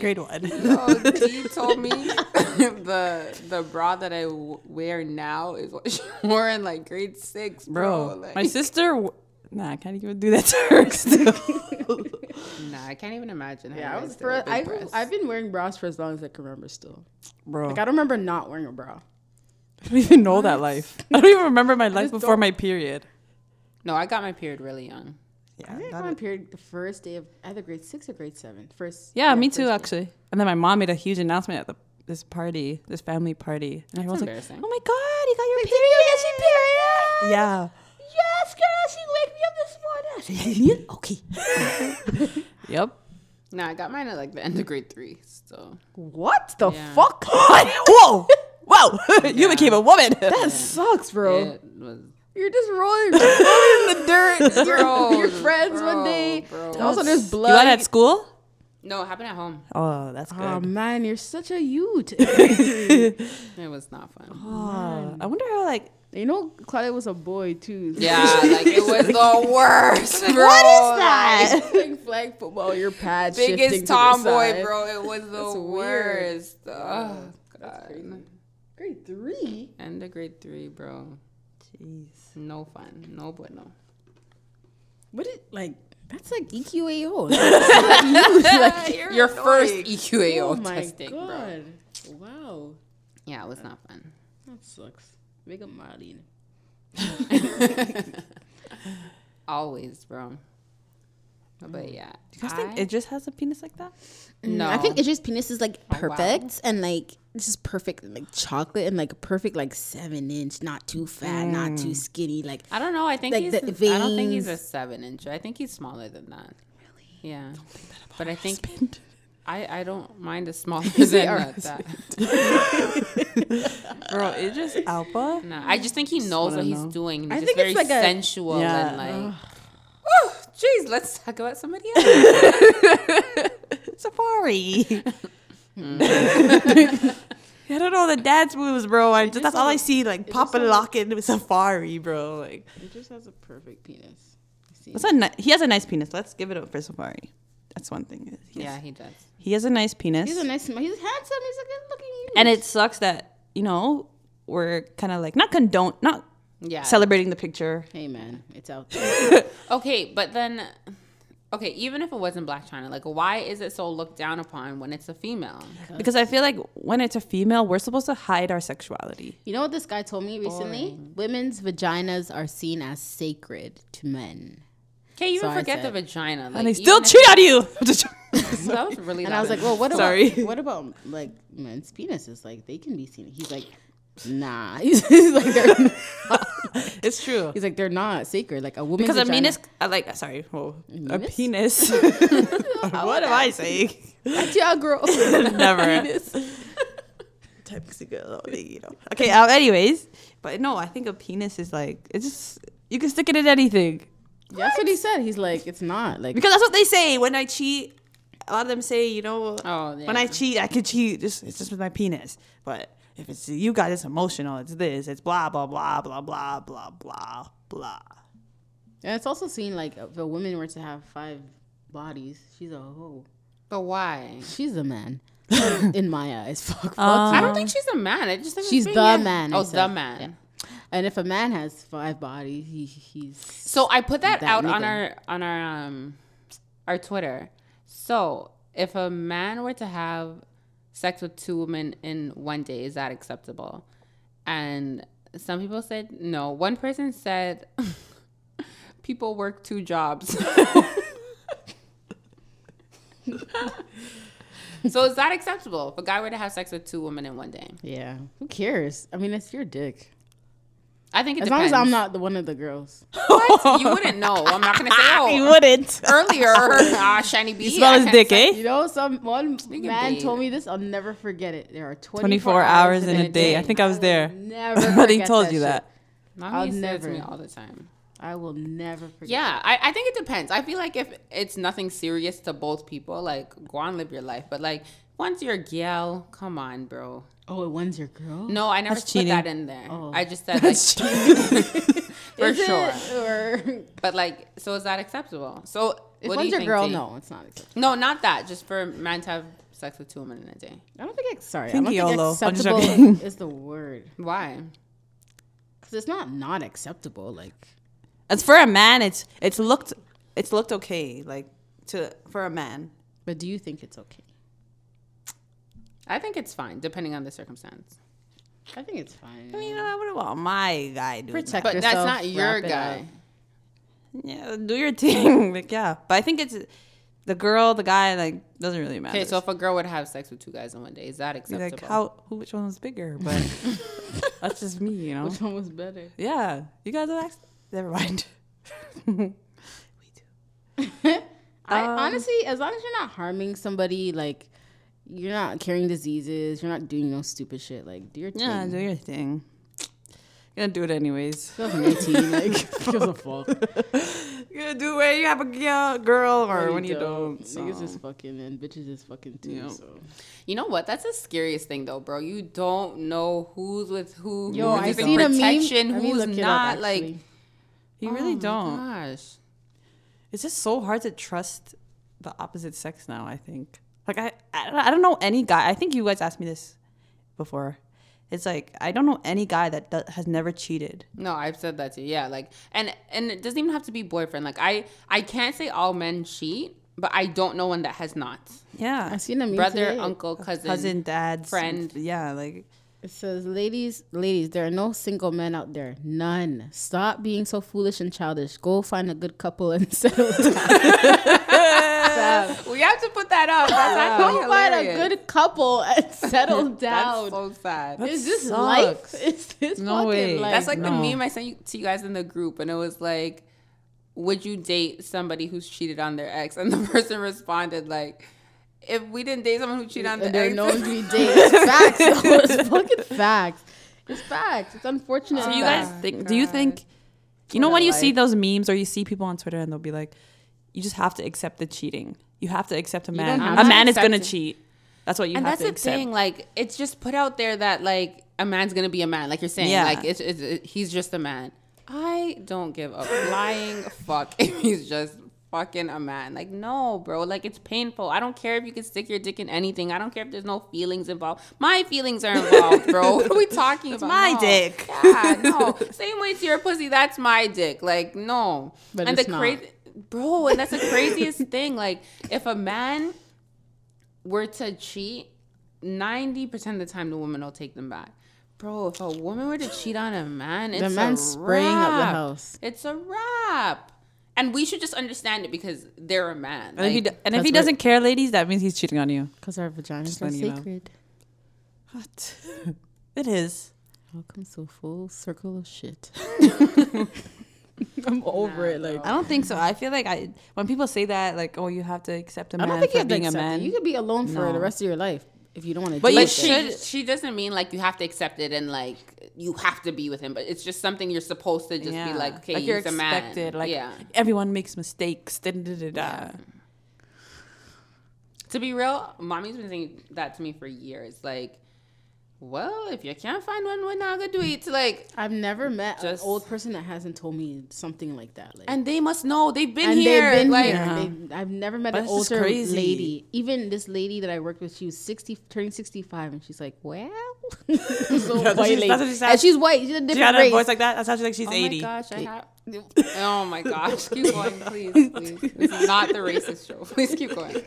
Speaker 2: Grade one.
Speaker 3: oh Dee told me the the bra that I w- wear now is what she wore in like grade six bro,
Speaker 1: Oh,
Speaker 2: Bro,
Speaker 3: like,
Speaker 2: my sister. W- nah, I can't even do that to her still.
Speaker 3: nah I can't even imagine how
Speaker 1: Yeah,
Speaker 3: you
Speaker 1: I
Speaker 3: guys
Speaker 1: was.
Speaker 3: did
Speaker 1: Bra-
Speaker 3: with big
Speaker 1: I,
Speaker 3: breasts.
Speaker 1: I've been wearing bras for as long as I can remember. Still,
Speaker 2: Bro,
Speaker 1: like I don't remember not wearing a bra.
Speaker 2: I don't even know that life. I don't even remember my life before my period.
Speaker 3: no I got my period really young
Speaker 1: I think I got my period the first day of either grade six or grade seven. First.
Speaker 2: Yeah, me
Speaker 1: first
Speaker 2: too,
Speaker 1: day.
Speaker 2: actually. And then my mom made a huge announcement at the this party, this family party. And everyone's like,
Speaker 3: embarrassing.
Speaker 2: "Oh my god, you got your period! Yeah,
Speaker 4: Yes, girl, she wake me up this morning. I said,
Speaker 2: okay. yep.
Speaker 3: Nah, I got mine at like the end of grade three. So
Speaker 4: What the
Speaker 3: Yeah.
Speaker 4: fuck?
Speaker 2: Whoa, whoa! you
Speaker 3: Yeah.
Speaker 2: became a woman.
Speaker 4: That sucks,
Speaker 1: Oh.
Speaker 4: bro.
Speaker 3: it was
Speaker 4: You're just rolling, just rolling in the dirt. You're,
Speaker 3: Bro,
Speaker 4: you're friends
Speaker 3: bro,
Speaker 4: one day.
Speaker 3: bro.
Speaker 4: and Also, there's
Speaker 2: You
Speaker 4: blood.
Speaker 2: went at school?
Speaker 3: no, it happened at home.
Speaker 2: Oh, that's good.
Speaker 4: Oh man, you're such a youth.
Speaker 3: It was not fun.
Speaker 4: Oh.
Speaker 2: Aw, I wonder how like
Speaker 4: you know, Claudia was a boy too.
Speaker 3: Yeah, like it was the worst, bro.
Speaker 2: that?
Speaker 3: Like,
Speaker 4: Playing flag football, your pad shifting to
Speaker 3: biggest
Speaker 4: the
Speaker 3: tomboy,
Speaker 4: side.
Speaker 3: bro. It was the
Speaker 4: weird.
Speaker 3: worst. Oh god.
Speaker 4: Grade three.
Speaker 3: End of grade three, bro. No fun. No bueno.
Speaker 4: What it like? That's like E EQAO. That's like youth, like-
Speaker 3: Your first E EQAO
Speaker 4: oh my
Speaker 3: testing, bro.
Speaker 4: god! Wow,
Speaker 3: Yeah, it was not fun.
Speaker 4: that sucks. Make a Marlene.
Speaker 3: Always, bro. But yeah.
Speaker 2: Do you guys think
Speaker 3: I-
Speaker 2: it just has a penis like that?
Speaker 3: no.
Speaker 1: I think Idris' penis is
Speaker 2: Oh,
Speaker 1: like
Speaker 3: wow.
Speaker 1: perfect and like it's just perfect, like chocolate and like perfect, like seven inch, not too fat, not
Speaker 2: Mm.
Speaker 1: too skinny. Like
Speaker 3: I don't know. I think
Speaker 1: Like
Speaker 3: he's.
Speaker 1: the
Speaker 3: I don't think he's a
Speaker 1: veins.
Speaker 3: seven inch. I think he's smaller than that. Really? Yeah. but I think I I don't mind a smaller than that. that.
Speaker 2: Bro, it just alpha.
Speaker 3: No, I just think he knows
Speaker 2: wanna
Speaker 3: what he's
Speaker 2: know.
Speaker 3: doing. He's
Speaker 4: I
Speaker 3: just
Speaker 4: think
Speaker 3: very
Speaker 4: it's like a-
Speaker 3: sensual
Speaker 2: Yeah.
Speaker 3: and like. Oh, jeez. Let's talk about somebody else.
Speaker 2: Safari. I don't know the dance moves, bro. I just, that's all I see, like popping, locking with Safari, bro. Like
Speaker 4: It just has a perfect penis.
Speaker 2: that's a ni- he has a nice penis. Let's give it up for Safari. That's one thing. He has-
Speaker 3: yeah, he does.
Speaker 2: he has a nice penis,
Speaker 1: he's a nice, he's handsome, he's a good looking.
Speaker 2: and it sucks that you know we're kind of like not condone, not
Speaker 3: Yeah.
Speaker 2: celebrating the picture.
Speaker 1: Hey man, it's out there.
Speaker 3: Okay, but then, okay, even if it wasn't Black China, like, why is it so looked down upon when it's a female?
Speaker 2: Because I feel like when it's a female, we're supposed to hide our sexuality.
Speaker 1: You know what this guy told me recently? Women's vaginas are seen as sacred to men.
Speaker 3: Okay, you even
Speaker 1: Sorry,
Speaker 3: forget the
Speaker 1: Ted.
Speaker 3: vagina. Like,
Speaker 2: And they
Speaker 3: even
Speaker 2: still
Speaker 3: if-
Speaker 2: cheat on you. I'm just-
Speaker 3: That was really.
Speaker 1: And I was like, well, what about
Speaker 2: Sorry.
Speaker 1: what about like men's penises? Like they can be seen. He's like, nah. He's, like they're,
Speaker 2: it's true.
Speaker 1: he's like they're not sacred. Like a woman.
Speaker 2: Because a penis, I like sorry, whoa, a penis. what am I saying?
Speaker 1: Yeah, girl.
Speaker 2: Never. Type of girl, you know. Okay. Um, anyways, but no, I think a penis is like it's just you can stick it in anything
Speaker 1: That's what he said. He's like, it's not like.
Speaker 2: because that's what they say. When I cheat, a lot of them say, you know,
Speaker 3: Oh, yeah.
Speaker 2: when I cheat, I could cheat. Just it's just with my penis, but. If it's you got it's emotional, it's this, it's blah blah blah blah blah blah blah blah.
Speaker 1: And it's also seen like if a woman were to have five bodies, she's a hoe.
Speaker 3: but why?
Speaker 1: She's a man. In my eyes, fuck, fuck
Speaker 2: Uh,
Speaker 3: I
Speaker 1: you.
Speaker 3: don't think she's a man. I just think it's
Speaker 1: Um, She's
Speaker 3: being
Speaker 1: the
Speaker 3: a-
Speaker 1: man, I
Speaker 3: Oh, the
Speaker 1: said.
Speaker 3: man.
Speaker 1: And if a man has five bodies, he, he's
Speaker 3: So I put that,
Speaker 1: That
Speaker 3: out on
Speaker 1: nigga.
Speaker 3: our on our um our Twitter. So if a man were to have sex with two women in one day, is that acceptable? And some people said no. One person said people work two jobs. so is that acceptable if a guy were to have sex with two women in one day?
Speaker 1: yeah. Who cares? I mean, it's your dick.
Speaker 3: I think it
Speaker 1: As long
Speaker 3: depends.
Speaker 1: as I'm not the one of the girls.
Speaker 3: What? you wouldn't know. I'm not gonna say
Speaker 2: He
Speaker 3: oh.
Speaker 2: wouldn't.
Speaker 3: Earlier, ah, shiny B.
Speaker 2: Smell his dick, eh?
Speaker 1: You know, some one
Speaker 3: Speaking
Speaker 1: man
Speaker 3: of
Speaker 1: told me this. I'll never forget it. There are 24,
Speaker 2: 24 hours in a day. I think I was there.
Speaker 1: Never.
Speaker 2: I think
Speaker 1: forget
Speaker 2: told
Speaker 1: that
Speaker 2: you
Speaker 1: shit.
Speaker 2: that.
Speaker 3: Mommy
Speaker 1: I'll
Speaker 3: used to do that to
Speaker 1: never.
Speaker 3: me all the time.
Speaker 1: I will never forget.
Speaker 3: Yeah, I, I think it depends. I feel like if it's nothing serious to both people, like go on live your life. But like once you're a gal, come on, bro.
Speaker 1: Oh, it one's your girl.
Speaker 3: No, I never
Speaker 2: That's
Speaker 3: put
Speaker 2: cheating.
Speaker 3: that in there.
Speaker 1: Oh.
Speaker 3: I just said like for
Speaker 1: Is it?
Speaker 3: sure.
Speaker 1: Or
Speaker 3: But like, so is that acceptable? So
Speaker 1: if
Speaker 3: what do
Speaker 1: one's
Speaker 3: you
Speaker 1: your
Speaker 3: think,
Speaker 1: girl,
Speaker 3: Dee?
Speaker 1: no, it's not. acceptable.
Speaker 3: no, not that. Just for men to have sex with two women in a day.
Speaker 1: I don't think. It's, sorry,
Speaker 2: Think
Speaker 1: I don't
Speaker 2: YOLO. I'm
Speaker 1: think
Speaker 2: just
Speaker 1: acceptable
Speaker 2: joking.
Speaker 1: is the word
Speaker 3: Why?
Speaker 1: because it's not not acceptable. Like
Speaker 2: As for a man, it's it's looked it's looked okay, like to for a man.
Speaker 1: But do you think it's okay?
Speaker 3: I think it's fine depending on the circumstance.
Speaker 1: I think it's fine.
Speaker 2: I mean, you know, I wouldn't want my guy doing
Speaker 1: Protect
Speaker 2: that.
Speaker 3: But that's
Speaker 1: Yourself,
Speaker 3: not your
Speaker 1: wrap it
Speaker 3: guy.
Speaker 1: up.
Speaker 2: Yeah, do your thing, like yeah. But I think it's the girl, the guy, like doesn't really matter.
Speaker 3: Okay, so if a girl would have sex with two guys in one day, is that
Speaker 2: Be
Speaker 3: acceptable?
Speaker 2: like how who which one was bigger, but that's just me, you know.
Speaker 5: Which one was better?
Speaker 2: Yeah, you guys are actually. Never mind.
Speaker 1: I honestly, as long as you're not harming somebody, like you're not carrying diseases, you're not doing no stupid shit. Like do your thing.
Speaker 2: Yeah, do your thing. Gonna do it anyways.
Speaker 1: Feels nineteen, like
Speaker 5: Gives a fuck.
Speaker 2: You're gonna do it. You have a girl, girl or when you don't.
Speaker 1: niggas
Speaker 2: so.
Speaker 1: is fucking and bitches is fucking too.
Speaker 2: Yeah.
Speaker 1: So
Speaker 3: You know what? That's the scariest thing, though, bro. You don't know who's with who.
Speaker 1: Yo,
Speaker 3: who's
Speaker 1: I
Speaker 3: using
Speaker 1: seen a meme.
Speaker 3: protection,
Speaker 1: Let me
Speaker 3: Who's
Speaker 1: look it up,
Speaker 3: not? like,
Speaker 1: actually. Oh
Speaker 2: You really don't.
Speaker 3: Gosh,
Speaker 2: It's just so hard to trust the opposite sex now. I think. Like I, I, don't- I don't know any guy. I think you guys asked me this before. It's like I don't know any guy that do, has never cheated.
Speaker 3: no, I've said that too. Yeah, like, and and it doesn't even have to be boyfriend. Like, I I can't say all men cheat, but I don't know one that has not.
Speaker 2: Yeah,
Speaker 1: I seen a meme
Speaker 3: Brother,
Speaker 1: today.
Speaker 3: uncle, cousin,
Speaker 2: cousin, dad's
Speaker 3: friend.
Speaker 2: Yeah, like
Speaker 1: It says, ladies, ladies, there are no single men out there. None. Stop being so foolish and childish. Go find a good couple and settle down.
Speaker 3: We have to put that up. That's actually
Speaker 1: Go find a
Speaker 3: hilarious.
Speaker 1: good couple and settle down.
Speaker 3: That's so sad.
Speaker 1: is this
Speaker 2: sucks.
Speaker 1: life? Is this
Speaker 2: No
Speaker 1: fucking
Speaker 2: way.
Speaker 1: life?
Speaker 3: That's like the
Speaker 2: no.
Speaker 3: meme I sent you, to you guys in the group, and it was like, "Would you date somebody who's cheated on their ex?" And the person responded like, "If we didn't date someone who cheated on
Speaker 1: And
Speaker 3: their
Speaker 1: they're
Speaker 3: ex,
Speaker 1: known to be dates. Facts. though. It's fucking facts. It's facts. It's unfortunate.
Speaker 2: So
Speaker 1: it's
Speaker 2: you
Speaker 1: facts.
Speaker 2: guys
Speaker 3: Oh
Speaker 2: think? Do you think? You know when you see those memes or you see people on Twitter and they'll be like, "You just have to accept the cheating. You have to accept a man.
Speaker 3: have
Speaker 2: A
Speaker 3: to
Speaker 2: man is
Speaker 3: accept
Speaker 2: gonna
Speaker 3: it."
Speaker 2: cheat. That's what you
Speaker 3: and
Speaker 2: have
Speaker 3: that's
Speaker 2: to
Speaker 3: the
Speaker 2: accept."
Speaker 3: thing. Like, it's just put out there that like a man's gonna be a man, like you're saying.
Speaker 2: Yeah.
Speaker 3: Like, it's, it's it, he's just a man. I don't give a flying fuck if he's just fucking a man. Like, no, bro. Like, it's painful. I don't care if you can stick your dick in anything. I don't care if there's no feelings involved. My feelings are involved, bro. What are we talking about?
Speaker 2: my
Speaker 3: No.
Speaker 2: dick.
Speaker 3: Yeah, no. Same way to your pussy. That's my dick. Like, no.
Speaker 1: But
Speaker 3: and
Speaker 1: it's
Speaker 3: the
Speaker 1: not.
Speaker 3: crazy, bro. And that's the craziest thing. Like, if a man were to cheat, 90% of the time the woman will take them back. Bro, if a woman were to cheat on a man, it's
Speaker 1: man's
Speaker 3: a
Speaker 1: spraying up the
Speaker 3: wrap.
Speaker 1: house.
Speaker 3: It's a wrap. And we should just understand it because they're a man.
Speaker 2: And if he,
Speaker 3: Like,
Speaker 2: do- and if he
Speaker 1: that's what-
Speaker 2: doesn't care, ladies, that means he's cheating on you.
Speaker 1: Because our vaginas are
Speaker 2: letting you know.
Speaker 1: sacred.
Speaker 2: What? it is.
Speaker 1: How come so full circle of shit?
Speaker 5: I'm over it. Like
Speaker 2: I don't think so. I feel like I when people say that, like, oh, you have to accept a
Speaker 1: I
Speaker 2: man
Speaker 1: don't think
Speaker 2: for
Speaker 1: you have to
Speaker 2: being a
Speaker 1: accept
Speaker 2: man.
Speaker 1: it. You could be alone for
Speaker 2: No.
Speaker 1: the rest of your life if you don't want to.
Speaker 2: But
Speaker 1: deal
Speaker 2: you
Speaker 3: but
Speaker 1: with it.
Speaker 2: should-
Speaker 3: she, she doesn't mean like you have to accept it and like you have to be with him, but it's just something you're supposed to just
Speaker 2: Yeah.
Speaker 3: be like, okay,
Speaker 2: you're
Speaker 3: he's a man.
Speaker 2: expected. Like
Speaker 3: yeah.
Speaker 2: everyone makes mistakes. Da, da, da, da.
Speaker 3: To be real, mommy's been saying that to me for years. Like, well, if you can't find one, we're not gonna do it. Like,
Speaker 1: I've never met
Speaker 3: Just-
Speaker 1: an old person that hasn't told me something like that. Like,
Speaker 3: and they must know they've been
Speaker 1: and
Speaker 3: here.
Speaker 1: they've been
Speaker 3: like,
Speaker 1: here. and they- I've never met
Speaker 2: uh-huh. But
Speaker 1: an
Speaker 2: it's just
Speaker 1: older
Speaker 2: crazy.
Speaker 1: lady. Even this lady that I worked with, she was sixty, turning sixty-five, and she's like, "Well, so
Speaker 2: what
Speaker 1: white
Speaker 2: she-
Speaker 1: lady,
Speaker 2: that's what she said.
Speaker 1: and she's white. She's a
Speaker 2: She had
Speaker 1: different
Speaker 2: a
Speaker 1: race.
Speaker 2: voice like that. That sounds like she's
Speaker 3: oh
Speaker 2: eighty.
Speaker 3: my gosh, I have. Oh my gosh, keep going, please, please. This is not the racist show. Please keep going.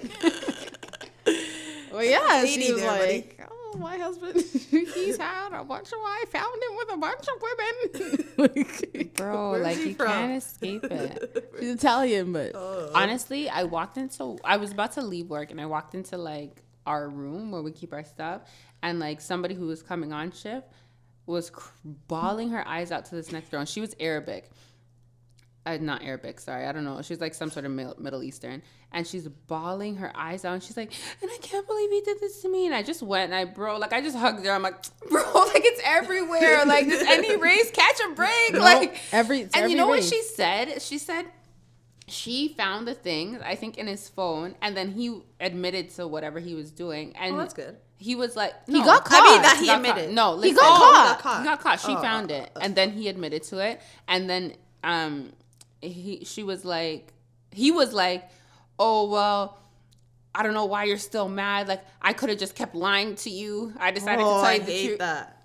Speaker 1: well, yeah,
Speaker 2: Lady
Speaker 1: she was
Speaker 2: there, buddy.
Speaker 1: like, "Oh, my husband, he's had a bunch of. I found him with a bunch of women. like,
Speaker 3: Bro, like you can't escape it.
Speaker 1: she's Italian, but
Speaker 2: Oh.
Speaker 3: Honestly, I walked into I was about to leave work and I walked into like our room where we keep our stuff and like somebody who was coming on shift was cr- bawling her eyes out to this next girl and she was Arabic. Uh, not Arabic, sorry. I don't know. She's like some sort of Mil- Middle Eastern. And she's bawling her eyes out. And she's like, and I can't believe he did this to me. And I just went and I, bro, like, I just hugged her. I'm like, bro, like, it's everywhere. Like, just any race, catch a break. Like,
Speaker 1: every-
Speaker 3: And
Speaker 1: it's every
Speaker 3: you know
Speaker 1: race.
Speaker 3: what she said? She said, she found the thing I think in his phone, and then he admitted to whatever he was doing. And
Speaker 2: Oh, that's good.
Speaker 3: He was like,
Speaker 1: He got
Speaker 3: I mean,
Speaker 1: caught.
Speaker 3: that he,
Speaker 2: He got
Speaker 3: admitted.
Speaker 2: caught.
Speaker 3: No,
Speaker 1: He
Speaker 3: listen.
Speaker 1: got
Speaker 3: Oh,
Speaker 1: caught.
Speaker 3: He got caught. She found it,
Speaker 2: oh.
Speaker 3: and then he admitted to it, and then um, he she was like, he was like, oh well. I don't know why you're still mad. Like I could have just kept lying to you. I decided to tell you the truth.
Speaker 2: Oh, that.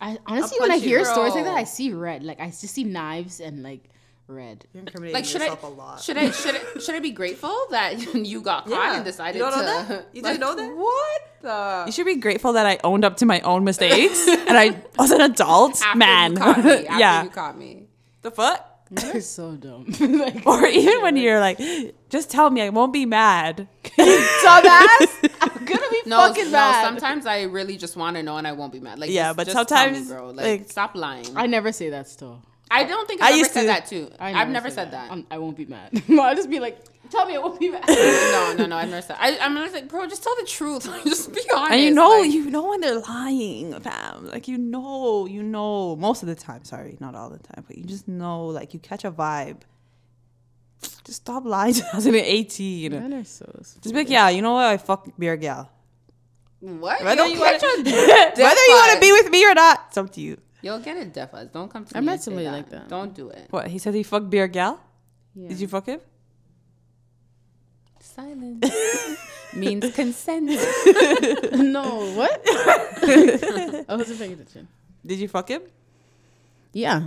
Speaker 1: I honestly, when I
Speaker 2: punch you,
Speaker 1: hear stories like
Speaker 3: bro.
Speaker 1: that, I see red. Like I just see knives and like red.
Speaker 3: Like should I, should I should I should I be grateful that you got caught and decided
Speaker 2: don't
Speaker 3: to?
Speaker 2: know that? You didn't know that?
Speaker 3: What the?
Speaker 2: You should be grateful that I owned up to my own mistakes and I was an adult
Speaker 3: After you
Speaker 2: man.
Speaker 3: caught me, after
Speaker 2: yeah.
Speaker 3: you caught me.
Speaker 2: the fuck?
Speaker 1: That is so dumb. like,
Speaker 2: Or even when you're like, just tell me, I won't be mad.
Speaker 6: Dumbass. I'm gonna be
Speaker 3: No,
Speaker 6: fucking
Speaker 3: no,
Speaker 6: mad.
Speaker 3: Sometimes I really just want to know, and I won't be mad. Like
Speaker 2: Yeah,
Speaker 3: just-
Speaker 2: but
Speaker 3: just tell me,
Speaker 2: sometimes,
Speaker 3: bro, like,
Speaker 2: like-
Speaker 3: stop lying. I,
Speaker 1: I never say that still.
Speaker 3: don't think
Speaker 2: I
Speaker 3: I've ever
Speaker 2: used
Speaker 3: said
Speaker 2: to.
Speaker 3: that too.
Speaker 1: I
Speaker 3: I've never said that.
Speaker 1: I'm- I won't be mad. no, I'll just be like, tell me I won't be mad.
Speaker 3: no, no, no, I've never said. I, I'm always like, bro, just tell the truth. just be honest.
Speaker 2: And you know,
Speaker 3: like-
Speaker 2: you know when they're lying, fam. Like you know, you know most of the time. Sorry, not all the time, but you just know. Like you catch a vibe. Just stop lying. to us in eighteen.
Speaker 1: Men are so stupid.
Speaker 2: Just be like, yeah, you know what? I fuck beer gal.
Speaker 3: what?
Speaker 2: Whether
Speaker 3: You'll
Speaker 2: you
Speaker 3: get
Speaker 2: want
Speaker 3: your-
Speaker 2: to be with me or not, it's up to you.
Speaker 3: You'll get a deaf us. Don't come to me.
Speaker 1: I
Speaker 3: and
Speaker 1: met
Speaker 3: say
Speaker 1: somebody like that.
Speaker 3: Don't do it.
Speaker 2: What he said? He fucked beer gal.
Speaker 1: Yeah.
Speaker 2: Did you fuck him?
Speaker 3: Silence means consent.
Speaker 1: no, what? I wasn't paying attention.
Speaker 2: Did you fuck him?
Speaker 1: Yeah.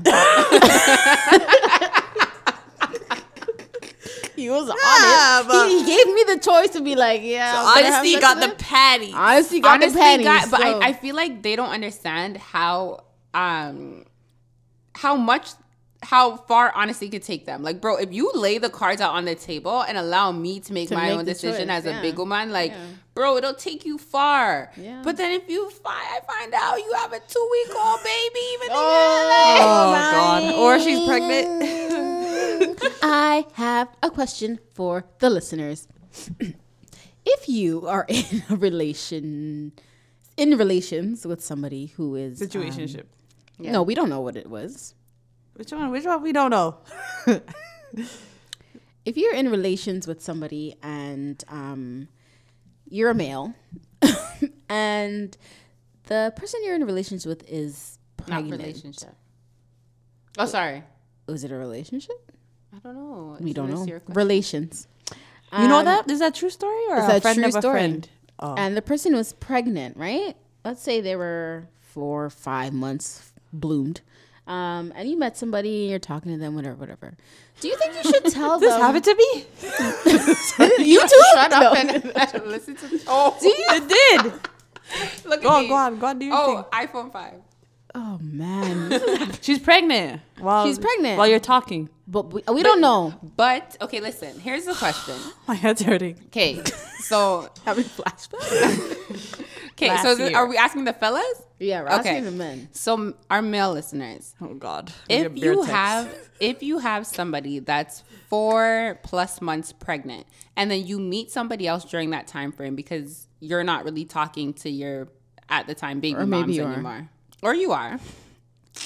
Speaker 1: he was honest.
Speaker 2: but-
Speaker 1: he, he gave me the choice to be like, yeah. I'm gonna have sex with him.
Speaker 2: patty.
Speaker 1: Honesty got
Speaker 3: Honestly,
Speaker 1: the panties.
Speaker 3: guy- but
Speaker 1: so-
Speaker 3: I, I feel like they don't understand how um how much how far honesty could take them. Like, bro, if you lay the cards out on the table and allow me to make
Speaker 1: To
Speaker 3: my
Speaker 1: make
Speaker 3: own
Speaker 1: the
Speaker 3: decision
Speaker 1: choice,
Speaker 3: as a
Speaker 1: yeah.
Speaker 3: big woman, like,
Speaker 1: Yeah.
Speaker 3: bro, it'll take you far.
Speaker 1: Yeah.
Speaker 3: But then if you find I find out you have a two week old baby, even
Speaker 2: Oh
Speaker 3: oh.
Speaker 2: god. Or she's pregnant.
Speaker 1: I have a question for the listeners. if you are in a relation, in relations with somebody who is um,
Speaker 2: Situationship.
Speaker 1: No, we don't know what it was.
Speaker 2: which one? Which one? We don't know.
Speaker 1: If you're in relations with somebody and um, you're a male, and the person you're in relations with is
Speaker 3: not
Speaker 1: pregnant,
Speaker 3: relationship. Oh, sorry.
Speaker 1: is it a relationship?
Speaker 3: I don't know.
Speaker 1: We
Speaker 3: Isn't
Speaker 1: don't
Speaker 3: this
Speaker 1: know.
Speaker 3: your question?
Speaker 1: Relations.
Speaker 2: You know
Speaker 1: Um,
Speaker 2: that? Is that true story or
Speaker 1: It's
Speaker 2: a
Speaker 1: a
Speaker 2: friend
Speaker 1: true
Speaker 2: of a
Speaker 1: story.
Speaker 2: friend? Oh.
Speaker 1: and the person was pregnant, right? Let's say they were four or five months bloomed. Um, and you met somebody and you're talking to them, whatever, whatever. Do you think you should tell
Speaker 2: This
Speaker 1: them?
Speaker 2: happened to me.
Speaker 1: you too?
Speaker 3: Shut
Speaker 1: No.
Speaker 3: up and listen to. Oh,
Speaker 2: It did.
Speaker 3: look at
Speaker 2: Go on,
Speaker 3: me.
Speaker 2: go on, go on. Do your
Speaker 3: Oh, iPhone five.
Speaker 1: Oh man,
Speaker 2: thing. She's pregnant. While,
Speaker 1: She's pregnant.
Speaker 2: While you're talking,
Speaker 1: but we, we don't know.
Speaker 3: But okay, listen. Here's the question.
Speaker 2: my head's hurting.
Speaker 3: Okay, so
Speaker 1: Having flashbacks.
Speaker 3: okay, so
Speaker 2: Last
Speaker 3: is it-
Speaker 2: year.
Speaker 3: are we asking the fellas?
Speaker 1: yeah, we're
Speaker 3: Okay.
Speaker 1: asking the men.
Speaker 3: So m- our male listeners,
Speaker 2: Oh God. Your
Speaker 3: if you
Speaker 2: beard text.
Speaker 3: have if you have somebody that's four plus months pregnant, and then you meet somebody else during that time frame because you're not really talking to your at the time baby
Speaker 1: Or
Speaker 3: moms
Speaker 1: maybe you are.
Speaker 3: anymore, or you are,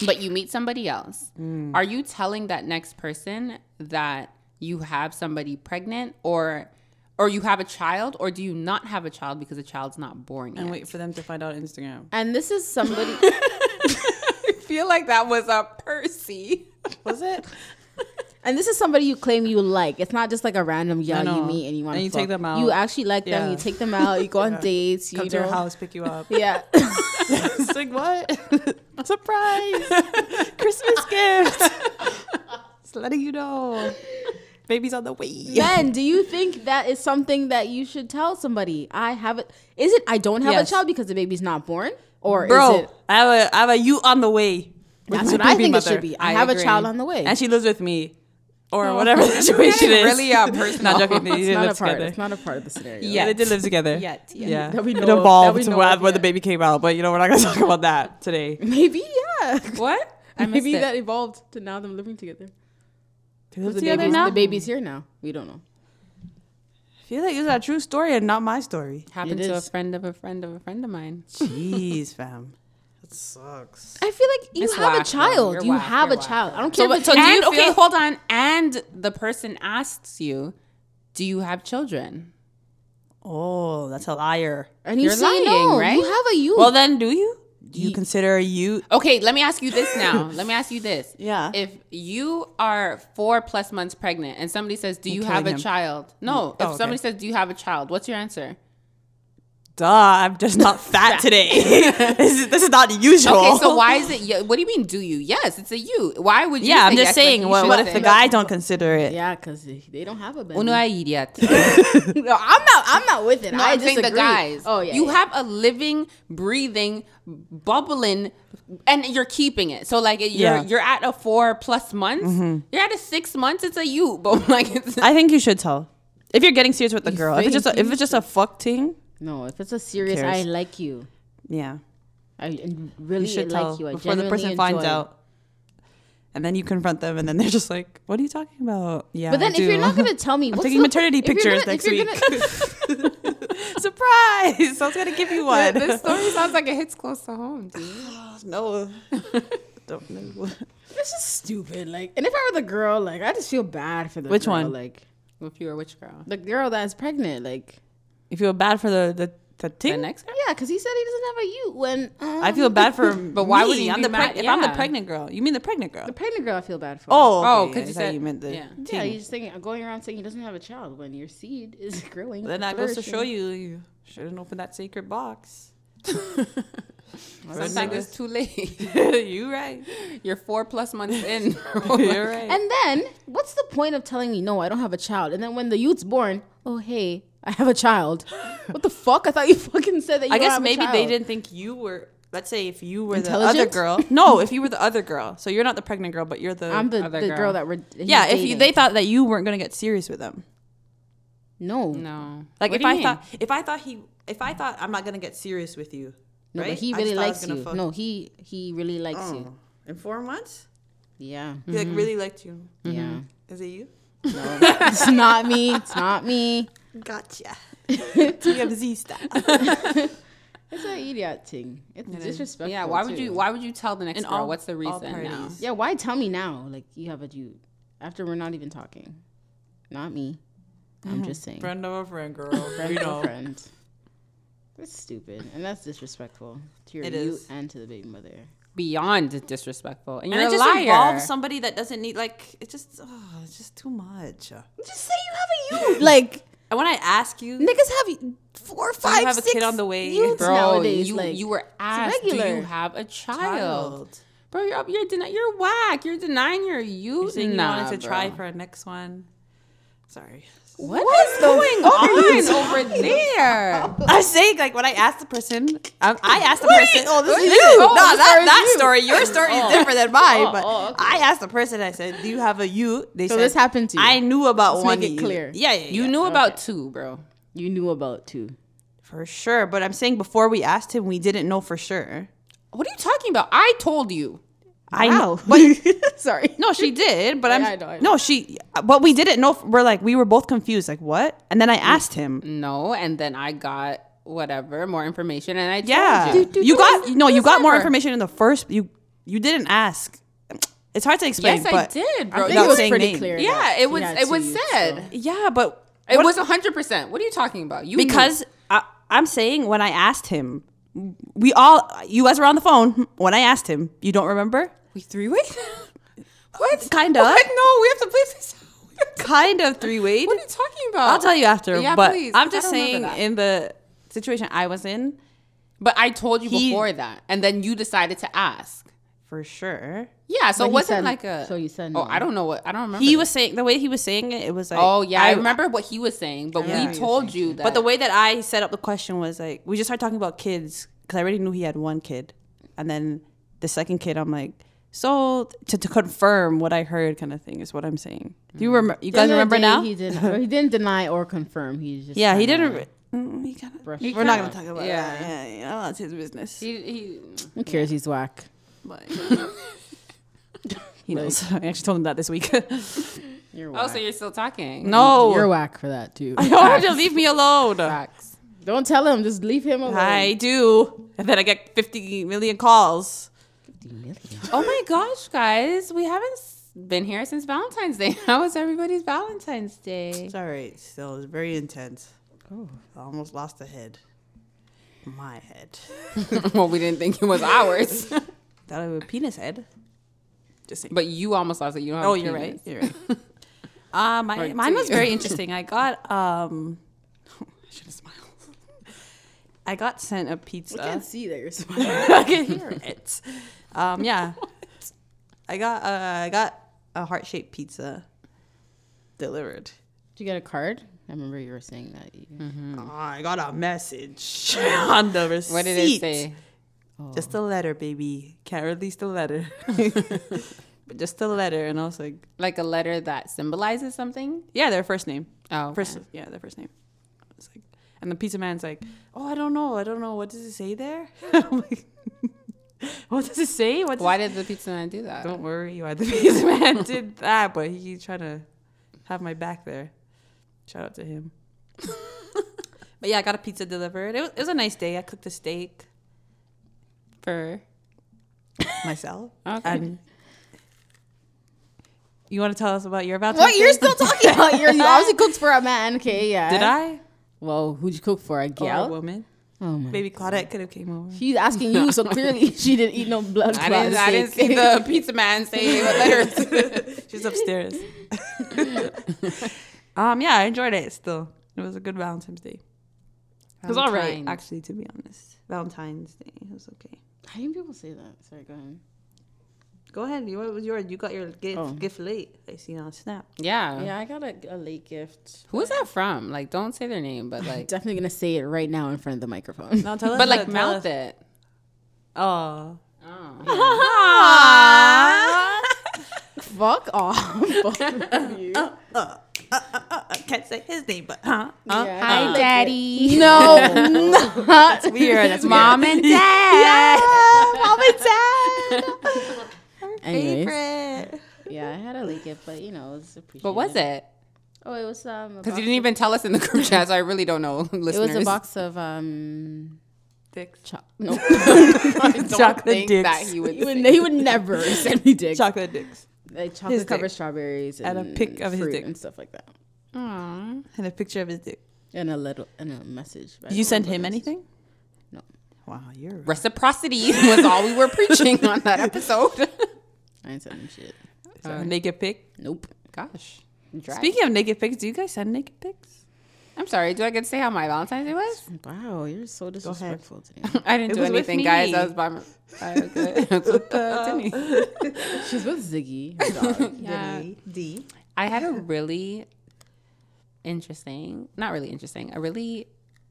Speaker 3: but you meet somebody else, are you telling that next person that you have somebody pregnant or? Or you have a child, or do you not have a child because a child's not born yet?
Speaker 2: and wait for them to find out on Instagram.
Speaker 1: And this is somebody.
Speaker 3: I feel like that was a Percy.
Speaker 2: Was it?
Speaker 1: And this is somebody you claim you like. It's not just like a random yeah
Speaker 2: No,
Speaker 1: you
Speaker 2: no.
Speaker 1: meet and you want
Speaker 2: And
Speaker 1: to
Speaker 2: you take them out.
Speaker 1: You actually like
Speaker 2: Yeah.
Speaker 1: them. You take them out. You go on dates. You
Speaker 2: Come to your
Speaker 1: know.
Speaker 2: house, pick you up.
Speaker 1: Yeah.
Speaker 2: it's like what? Surprise! Christmas gift. Just letting you know, baby's on the way.
Speaker 1: Men, do you think that is something that you should tell somebody? I have it. Is it I don't have
Speaker 2: Yes.
Speaker 1: a child because the baby's not born, or is
Speaker 2: Bro,
Speaker 1: it?
Speaker 2: I have a I have a you on the way. with
Speaker 1: That's
Speaker 2: my
Speaker 1: what I
Speaker 2: baby
Speaker 1: think it
Speaker 2: mother.
Speaker 1: should be. I,
Speaker 3: I
Speaker 1: have
Speaker 3: agree.
Speaker 1: a child on the way. Oh.
Speaker 2: and she lives with me, or whatever the situation
Speaker 3: getting
Speaker 2: is.
Speaker 3: really, uh, personal.
Speaker 2: Not joking. They
Speaker 1: it's
Speaker 2: did
Speaker 1: not
Speaker 2: live
Speaker 1: a part.
Speaker 2: together.
Speaker 1: It's not a part of the scenario.
Speaker 2: Yeah, they did live together.
Speaker 3: Yet, yeah.
Speaker 2: yeah.
Speaker 1: That we know
Speaker 2: it
Speaker 1: of- that
Speaker 2: evolved
Speaker 1: we
Speaker 2: to
Speaker 1: know
Speaker 2: where
Speaker 1: of,
Speaker 2: when the
Speaker 1: yeah.
Speaker 2: baby came out, but you know we're not gonna talk about that today.
Speaker 1: Maybe yeah.
Speaker 3: What? I missed
Speaker 1: Maybe
Speaker 3: it.
Speaker 1: that evolved to now them living together.
Speaker 2: They live
Speaker 1: The
Speaker 2: together
Speaker 1: baby's,
Speaker 2: now.
Speaker 1: the baby's here now. We don't know.
Speaker 2: I feel like it's a true story and not my story.
Speaker 3: happened
Speaker 1: It
Speaker 3: to a
Speaker 1: is.
Speaker 3: friend of a friend of a friend of mine.
Speaker 2: Jeez, fam. That sucks.
Speaker 1: I feel like you
Speaker 3: It's
Speaker 1: have
Speaker 3: whack,
Speaker 1: a
Speaker 3: though.
Speaker 1: child.
Speaker 3: You're
Speaker 1: you
Speaker 3: whack.
Speaker 1: have
Speaker 3: You're
Speaker 1: a
Speaker 3: whack.
Speaker 1: child. I don't care.
Speaker 3: So,
Speaker 1: if
Speaker 3: but,
Speaker 1: it's
Speaker 3: so do
Speaker 1: and-
Speaker 3: you okay,
Speaker 1: okay,
Speaker 3: hold on. And the person asks you, "Do you have children?"
Speaker 2: Oh, that's a liar.
Speaker 1: and you
Speaker 3: You're
Speaker 1: say
Speaker 3: lying,
Speaker 1: no.
Speaker 3: right?
Speaker 1: You have a you.
Speaker 2: Well, then, do you? Do you consider you?
Speaker 3: Okay, let me ask you this now. let me ask you this.
Speaker 2: Yeah.
Speaker 3: If you are four plus months pregnant and somebody says, "Do you have a
Speaker 2: killing him. Oh,
Speaker 3: child?" No. if
Speaker 2: okay.
Speaker 3: somebody says, "Do you have a child?" What's your answer?
Speaker 2: Duh, I'm just not fat today. this, is, this is not usual.
Speaker 3: Okay, so why is it? Yeah, what do you mean? Do you? Yes, it's a you. Why would you?
Speaker 2: Yeah,
Speaker 3: say
Speaker 2: I'm just
Speaker 3: yes? Like,
Speaker 2: saying.
Speaker 3: you
Speaker 2: What,
Speaker 3: should
Speaker 2: what if
Speaker 3: say-
Speaker 2: the guy don't consider it?
Speaker 1: yeah, because they don't have a baby.
Speaker 3: Uno hay idiot.
Speaker 1: no, I'm not. I'm not with it.
Speaker 3: No,
Speaker 1: I
Speaker 3: I'm saying the
Speaker 2: Oh,
Speaker 1: disagree.
Speaker 3: guys.
Speaker 1: Oh yeah.
Speaker 3: You
Speaker 1: yeah.
Speaker 3: have a living, breathing, bubbling and you're keeping it. So like you're
Speaker 2: Yeah. Mm-hmm.
Speaker 3: you're at a four plus months. You're at a six months. It's a you, but like it's
Speaker 2: I think you should tell. If you're getting serious with the girl, if it's just a,
Speaker 1: think
Speaker 2: if it's just a fuck thing,
Speaker 1: No, if it's a serious, I
Speaker 2: cares?
Speaker 1: like you.
Speaker 2: yeah,
Speaker 1: I and
Speaker 2: you
Speaker 1: really
Speaker 2: should
Speaker 1: like
Speaker 2: tell
Speaker 1: you. I
Speaker 2: before the person finds out. And then you confront them, and then they're just like, "What are you talking about?" Yeah,
Speaker 1: But then
Speaker 2: I
Speaker 1: if you're
Speaker 2: do."
Speaker 1: not gonna tell me,
Speaker 2: I'm
Speaker 1: what's
Speaker 2: taking
Speaker 1: the-
Speaker 2: maternity
Speaker 1: if you're
Speaker 2: pictures
Speaker 1: gonna- if
Speaker 2: next
Speaker 1: you're
Speaker 2: week.
Speaker 1: gonna-
Speaker 2: Surprise! I was gonna give you one.
Speaker 3: this story sounds like it hits close to home, dude.
Speaker 2: no, don't know.
Speaker 1: This is stupid. Like, and if I were the girl, like, I just feel bad for the
Speaker 2: Which
Speaker 1: girl,
Speaker 2: one?
Speaker 1: Like,
Speaker 3: If you were a witch girl,
Speaker 1: the girl that's pregnant. Like,
Speaker 2: You feel bad for the the, the
Speaker 3: the
Speaker 2: thing.
Speaker 3: next.
Speaker 1: yeah, because he said he doesn't have a you. When um,
Speaker 2: I feel bad for. but
Speaker 3: why would you
Speaker 2: I'm
Speaker 3: be
Speaker 2: the
Speaker 3: mad?
Speaker 2: preg- if I'm the
Speaker 3: Yeah.
Speaker 2: pregnant girl? You mean the pregnant girl?
Speaker 1: the pregnant girl, I feel bad for.
Speaker 2: oh,
Speaker 3: Oh,
Speaker 2: okay,
Speaker 3: 'cause you
Speaker 2: I thought
Speaker 3: said-
Speaker 2: you meant the.
Speaker 3: yeah.
Speaker 1: yeah, you're just saying going around saying he doesn't have a child when your seed is growing.
Speaker 2: Then that goes
Speaker 1: supposed
Speaker 2: to show you you shouldn't open that sacred box.
Speaker 3: Sometimes it's too late.
Speaker 2: you right.
Speaker 3: You're four plus months in.
Speaker 2: You're right.
Speaker 1: And then, what's the point of telling me no? I don't have a child. And then when the youth's born, oh hey, I have a child. what the fuck? I thought you fucking said that. you
Speaker 2: I
Speaker 1: don't
Speaker 2: guess
Speaker 1: have a
Speaker 2: maybe they
Speaker 1: child.
Speaker 2: didn't think you were. Let's say if you were the other
Speaker 1: Intelligent?
Speaker 2: girl. No, if you were the other girl. So you're not the pregnant girl, but you're the.
Speaker 1: I'm the,
Speaker 3: Other
Speaker 1: the
Speaker 3: girl.
Speaker 1: girl. that we're
Speaker 2: yeah, if you, they thought that you weren't going to get serious with them.
Speaker 1: no
Speaker 3: no,
Speaker 2: Like
Speaker 3: What
Speaker 2: if
Speaker 3: do you
Speaker 2: I
Speaker 3: mean?
Speaker 2: thought if I thought he if I thought I'm not going to get serious with you.
Speaker 1: no,
Speaker 2: right?
Speaker 1: but he
Speaker 2: I just
Speaker 1: really
Speaker 2: thought I was
Speaker 1: likes
Speaker 2: gonna
Speaker 1: you.
Speaker 2: fuck- Oh.
Speaker 1: No, he he really likes you.
Speaker 2: In four months,
Speaker 1: Yeah,
Speaker 2: he like really liked you.
Speaker 1: yeah.
Speaker 2: Is it you?
Speaker 1: it's not me. It's not me.
Speaker 2: Gotcha. TMZ style.
Speaker 1: It's an idiot thing. It's disrespectful.
Speaker 3: Yeah, why would
Speaker 1: too.
Speaker 3: you? Why would you tell the next
Speaker 2: And
Speaker 3: girl?
Speaker 2: all-
Speaker 3: What's the
Speaker 2: all
Speaker 3: reason now?
Speaker 2: parties.
Speaker 1: Yeah, why tell me now? Like you have a dude after we're not even talking. Not me. I'm just saying.
Speaker 2: Friend of a friend, girl. you know.
Speaker 1: girlfriend. That's stupid, and that's disrespectful to your
Speaker 2: It
Speaker 1: you
Speaker 2: is.
Speaker 1: and to the baby mother.
Speaker 3: Beyond disrespectful, and
Speaker 2: And
Speaker 3: you're
Speaker 2: it
Speaker 3: a
Speaker 2: just
Speaker 3: liar.
Speaker 2: involves somebody that doesn't need like it's just oh, it's just too much.
Speaker 1: Just say you have a you. like
Speaker 2: And when I ask you,
Speaker 1: niggas have four,
Speaker 2: you
Speaker 1: five,
Speaker 2: have a
Speaker 1: six
Speaker 2: kid on the way?
Speaker 1: youths
Speaker 3: Bro,
Speaker 1: nowadays.
Speaker 3: you,
Speaker 1: like
Speaker 3: you were asked, do
Speaker 1: regular.
Speaker 3: you have a child?
Speaker 2: child,
Speaker 3: Bro, you're up, you're deni- you're whack. You're denying your youth.
Speaker 2: you saying
Speaker 3: Nah,
Speaker 2: you wanted to
Speaker 3: bro.
Speaker 2: try for a next one. Sorry.
Speaker 3: What is going on over there?
Speaker 2: I'm saying like when I asked the person, um, I asked the person. Oh, this
Speaker 1: is
Speaker 2: you.
Speaker 1: you.
Speaker 2: No,
Speaker 1: Oh,
Speaker 2: that,
Speaker 1: this story is you.
Speaker 2: that story. Your story is different than mine.
Speaker 1: Oh,
Speaker 2: but
Speaker 1: oh, okay.
Speaker 2: I asked the person. I said, "Do you have a you?" They
Speaker 1: So
Speaker 2: said,
Speaker 1: this happened to you.
Speaker 2: I knew about
Speaker 1: Let's
Speaker 2: one.
Speaker 1: make it
Speaker 2: you."
Speaker 1: clear.
Speaker 2: Yeah, yeah,
Speaker 3: You
Speaker 2: yeah.
Speaker 3: knew about two, bro.
Speaker 1: you knew about too.
Speaker 2: for sure. But I'm saying before we asked him, we didn't know for sure.
Speaker 3: What are you talking about? I told you.
Speaker 2: I know, but
Speaker 1: But sorry.
Speaker 2: no, she did. But I'm
Speaker 1: I know, I
Speaker 2: no, she. But we didn't know. We're like we were both confused. Like what? And
Speaker 3: Mm.
Speaker 2: then I asked him.
Speaker 3: No, and then I got whatever more information, and I told
Speaker 2: Yeah,
Speaker 3: you.
Speaker 2: you got no. You got more
Speaker 3: December.
Speaker 2: information in the first. You you didn't ask. It's hard to explain.
Speaker 3: Yes, I
Speaker 2: but
Speaker 3: did, bro.
Speaker 2: I'm
Speaker 3: I think
Speaker 2: not
Speaker 1: it was
Speaker 2: saying
Speaker 1: pretty
Speaker 2: name.
Speaker 1: clear.
Speaker 3: Yeah,
Speaker 1: that
Speaker 3: it
Speaker 1: he
Speaker 3: was
Speaker 1: had
Speaker 3: it
Speaker 1: two
Speaker 3: was
Speaker 1: youths,
Speaker 3: said.
Speaker 1: so-
Speaker 2: Yeah, but
Speaker 3: It
Speaker 2: what-
Speaker 3: was hundred percent. What are you talking about? You
Speaker 2: because I, I'm saying when I asked him, we all you guys were on the phone when I asked him. You don't remember?
Speaker 3: we three way. what?
Speaker 2: Kind of.
Speaker 3: What? No, we have to play this.
Speaker 2: Kind of three way.
Speaker 3: What are you talking about?
Speaker 2: I'll tell you after.
Speaker 3: Yeah,
Speaker 2: but
Speaker 3: please,
Speaker 2: I'm
Speaker 3: 'cause I
Speaker 2: just
Speaker 3: don't
Speaker 2: saying
Speaker 3: remember that.
Speaker 2: in the situation I was in,
Speaker 3: But I told you
Speaker 2: He-
Speaker 3: before that, and then you decided to ask.
Speaker 2: for sure.
Speaker 3: Yeah,
Speaker 1: But
Speaker 3: so it
Speaker 1: he
Speaker 3: wasn't
Speaker 1: said-
Speaker 3: like a.
Speaker 1: so you said
Speaker 3: Oh,
Speaker 1: no.
Speaker 3: I don't know what I don't remember.
Speaker 2: He
Speaker 3: this.
Speaker 2: was saying the way he was saying it, it was like
Speaker 3: Oh yeah, I, remember what he was saying, but
Speaker 2: Yeah.
Speaker 3: we told you that.
Speaker 2: But the way that I set up the question was like we just started talking about kids because I already knew he had one kid, and then the second kid, I'm like, so to, to confirm what I heard, kind of thing is what I'm saying. Do you
Speaker 3: Mm-hmm.
Speaker 2: remember? You
Speaker 1: At the
Speaker 2: guys
Speaker 1: end of the
Speaker 2: remember
Speaker 1: day,
Speaker 2: now?
Speaker 1: He didn't. well, he didn't deny or confirm. He just
Speaker 2: yeah, he
Speaker 1: kinda
Speaker 2: didn't. re- Mm, he kinda,
Speaker 1: brushed
Speaker 2: we're
Speaker 1: it
Speaker 2: not gonna
Speaker 1: off.
Speaker 2: talk about
Speaker 3: Yeah.
Speaker 2: that. Yeah, yeah, that's his business.
Speaker 3: he, he,
Speaker 1: Who cares? He's whack.
Speaker 2: But, he knows. I actually told him that this week.
Speaker 1: You're
Speaker 3: oh, so you're still talking?
Speaker 2: no,
Speaker 1: You're whack for that too.
Speaker 2: oh, just leave me alone.
Speaker 3: Facts.
Speaker 1: Don't tell him. Just leave him alone.
Speaker 2: I do, and then I get 50 million calls.
Speaker 3: Oh my gosh, guys, we haven't s- been here since Valentine's Day. How was everybody's Valentine's Day?
Speaker 7: It's all right. Still, it's very intense.
Speaker 3: Oh.
Speaker 7: I almost lost a head. My head.
Speaker 3: well, we didn't think it was ours,
Speaker 2: Thought of a penis head. Just saying.
Speaker 3: but you almost lost it. You don't. Have
Speaker 2: oh,
Speaker 3: a
Speaker 2: you're
Speaker 3: penis.
Speaker 2: right. You're right. uh, my,
Speaker 3: Or
Speaker 2: mine
Speaker 3: do
Speaker 2: was
Speaker 3: you?
Speaker 2: very interesting. I got um, I should have smiled. I got sent a pizza.
Speaker 1: I can't see that you're smiling.
Speaker 2: I can hear it. Um, yeah. I got uh, I got a heart shaped pizza delivered.
Speaker 1: Did you get a card? I remember you were Mm-hmm. saying that. You-
Speaker 7: Ah, I got a message.
Speaker 2: on the receipt.
Speaker 3: What did it say?
Speaker 8: Just
Speaker 2: Oh.
Speaker 8: a letter, baby. Can't release the letter. but just a letter. And I was like,
Speaker 3: Like a letter that symbolizes something.
Speaker 2: Yeah, their first name.
Speaker 3: Oh, okay.
Speaker 2: First, yeah, their first name. It's like, and the pizza man's like, "Oh, I don't know, I don't know. What does it say there? I'm like, what does it say? What? Does
Speaker 3: Why did the pizza man do that?
Speaker 2: Don't worry, why the pizza man did that, but he's trying to have my back there. Shout out to him. but yeah, I got a pizza delivered. It was, it was a nice day. I cooked a steak.
Speaker 3: For
Speaker 8: myself?
Speaker 3: okay.
Speaker 8: And
Speaker 2: You want to tell us about your bachelor?
Speaker 1: What you're still talking about? You're, you obviously cooked for a man. Okay, yeah.
Speaker 2: Did I?
Speaker 1: Well, who'd you cook for? A
Speaker 2: Or a
Speaker 1: gal?
Speaker 2: woman?
Speaker 1: Oh my.
Speaker 2: Maybe Claudette could have came over.
Speaker 1: She's asking you, so clearly she didn't eat no blood.
Speaker 3: I didn't, I didn't see the pizza man say what letters.
Speaker 2: She's upstairs. um, yeah, I enjoyed it still. It was a good Valentine's Day. It was all right,
Speaker 3: Valentine's.
Speaker 2: actually, to be honest. Valentine's Day. It was okay.
Speaker 1: How do people say that? Sorry, go ahead.
Speaker 8: go ahead. You, what was yours? You got your gift, gift late. I see on Snap.
Speaker 3: yeah.
Speaker 9: I got a, a late gift.
Speaker 3: Who is that from? Like, don't say their name, but like,
Speaker 1: Definitely gonna say it right now in front of the microphone.
Speaker 8: No, tell us.
Speaker 3: but
Speaker 8: what-
Speaker 3: like,
Speaker 8: tell
Speaker 3: mouth
Speaker 8: us-
Speaker 3: it.
Speaker 8: Oh.
Speaker 3: Oh.
Speaker 1: Fuck off.
Speaker 8: I can't say his name, but huh?
Speaker 3: Hi, Daddy.
Speaker 1: No, not
Speaker 3: Weird. That's mom and dad.
Speaker 1: mom and dad. Anyways,
Speaker 8: Favorite.
Speaker 1: yeah, I had a late gift, but you know, it was appreciated.
Speaker 3: What was it?
Speaker 1: Oh, it was um.
Speaker 3: Because you didn't even tell us in the group chat, so I really don't know.
Speaker 1: It
Speaker 3: Listeners.
Speaker 1: was a box of um.
Speaker 2: Dicks.
Speaker 1: Cho- no,
Speaker 3: I don't
Speaker 2: Chocolate
Speaker 3: think
Speaker 2: dicks.
Speaker 3: that he would
Speaker 1: he would,
Speaker 3: say.
Speaker 1: he would never send me dick.
Speaker 2: Chocolate dicks.
Speaker 1: like
Speaker 2: His
Speaker 1: chocolate
Speaker 2: dick.
Speaker 1: covered strawberries and,
Speaker 2: And a pic of his
Speaker 1: fruit
Speaker 2: dick.
Speaker 1: and stuff like that.
Speaker 3: Aw.
Speaker 2: And a picture of his dick.
Speaker 1: And a little and a message. but I
Speaker 2: Did you
Speaker 1: don't
Speaker 2: send him
Speaker 1: remember the message.
Speaker 2: anything?
Speaker 8: Wow, you're
Speaker 3: Reciprocity was all we were preaching on that episode.
Speaker 1: I didn't send him shit.
Speaker 2: A naked pic?
Speaker 1: Nope.
Speaker 3: Gosh. Drag.
Speaker 2: Speaking of naked pics, do you guys send naked pics?
Speaker 3: I'm sorry. Do I get to say how my Valentine's Day was?
Speaker 1: Wow, you're so disrespectful today.
Speaker 3: I didn't do
Speaker 8: was with
Speaker 3: anything, guys.
Speaker 8: me.
Speaker 3: I was by my. I was good. I was with, uh, Denise.
Speaker 1: She's with Ziggy, her dog.
Speaker 3: Yeah.
Speaker 8: D.
Speaker 3: I had a really interesting, not really interesting, a really,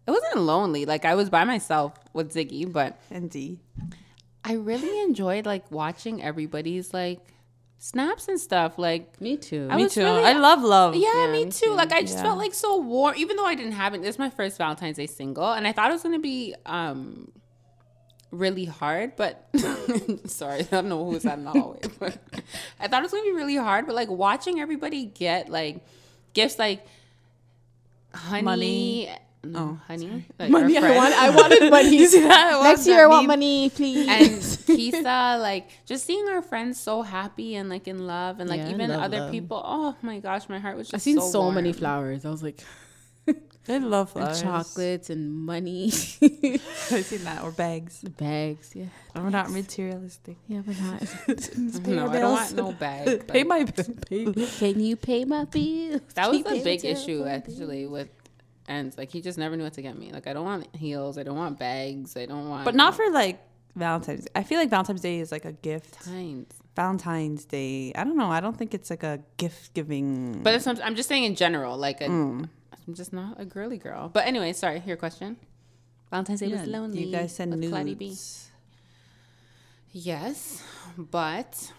Speaker 3: it wasn't lonely. Like I was by myself with Ziggy, but
Speaker 8: And D.
Speaker 3: I really enjoyed like watching everybody's like snaps and stuff. Like,
Speaker 1: Me too.
Speaker 3: I was really-
Speaker 2: I love love.
Speaker 3: yeah,
Speaker 1: yeah,
Speaker 3: me,
Speaker 1: me
Speaker 3: too. Like I just felt like so warm, even though I didn't have it. This is my first Valentine's Day single, and I thought it was gonna be um really hard, but sorry, I don't know who was that in the hallway. But I thought it was gonna be really hard, but like watching everybody get like gifts like honey.
Speaker 2: Money.
Speaker 3: No, honey. Like,
Speaker 1: Oh, money.
Speaker 3: our
Speaker 1: I
Speaker 3: friend
Speaker 1: want. I wanted money. Next year, I want money, please.
Speaker 3: and Kisa, like just seeing our friends so happy and like in love, and like
Speaker 1: Yeah, I
Speaker 3: even
Speaker 1: love
Speaker 3: other
Speaker 1: love.
Speaker 3: people. Oh my gosh, my heart was just.
Speaker 1: I've seen so, many
Speaker 3: warm.
Speaker 1: flowers. I was like,
Speaker 2: I love flowers.
Speaker 1: chocolates and money,
Speaker 2: I've seen that. Or bags.
Speaker 1: bags. Yeah,
Speaker 2: I'm not materialistic.
Speaker 1: yeah, but not.
Speaker 3: No, I don't want no bag.
Speaker 2: Pay
Speaker 3: but-
Speaker 2: my bills.
Speaker 1: Can you pay my bills?
Speaker 3: That was
Speaker 1: Can you
Speaker 3: the big
Speaker 1: pay my
Speaker 3: issue
Speaker 1: phone
Speaker 3: actually with ends. Like he just never knew what to get me. Like I don't want heels. I don't want bags. I don't want.
Speaker 2: But not for like Valentine's. I feel like Valentine's Day is like a gift.
Speaker 3: Kinds.
Speaker 2: Valentine's Day. I don't know. I don't think it's like a gift giving.
Speaker 3: But that's what I'm, I'm just saying in general. Like I, I'm just not a girly girl. But anyway, sorry. Your question. Valentine's Day was lonely.
Speaker 2: you guys send
Speaker 3: with Cardi B.
Speaker 2: nudes.
Speaker 3: Yes, but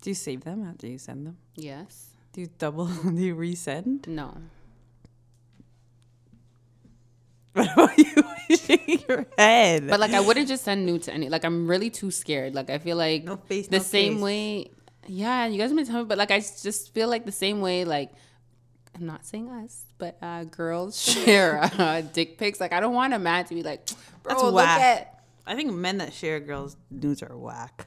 Speaker 2: Do you save them after you send them?
Speaker 3: yes,
Speaker 2: Do you double? Do you resend?
Speaker 3: no.
Speaker 2: What about you? You shake your head.
Speaker 3: But like I wouldn't just send nude to any. Like I'm really too scared. Like I feel like
Speaker 8: No face,
Speaker 3: the
Speaker 8: no
Speaker 3: same
Speaker 8: case.
Speaker 3: way. Yeah, you guys have been telling me, but like I s- just feel like the same way. Like I'm not saying us, but uh, girls share uh, dick pics. Like I don't want a man to be like, bro,
Speaker 8: That's
Speaker 3: look
Speaker 8: whack.
Speaker 3: at
Speaker 8: I think men that share girls' nudes are whack.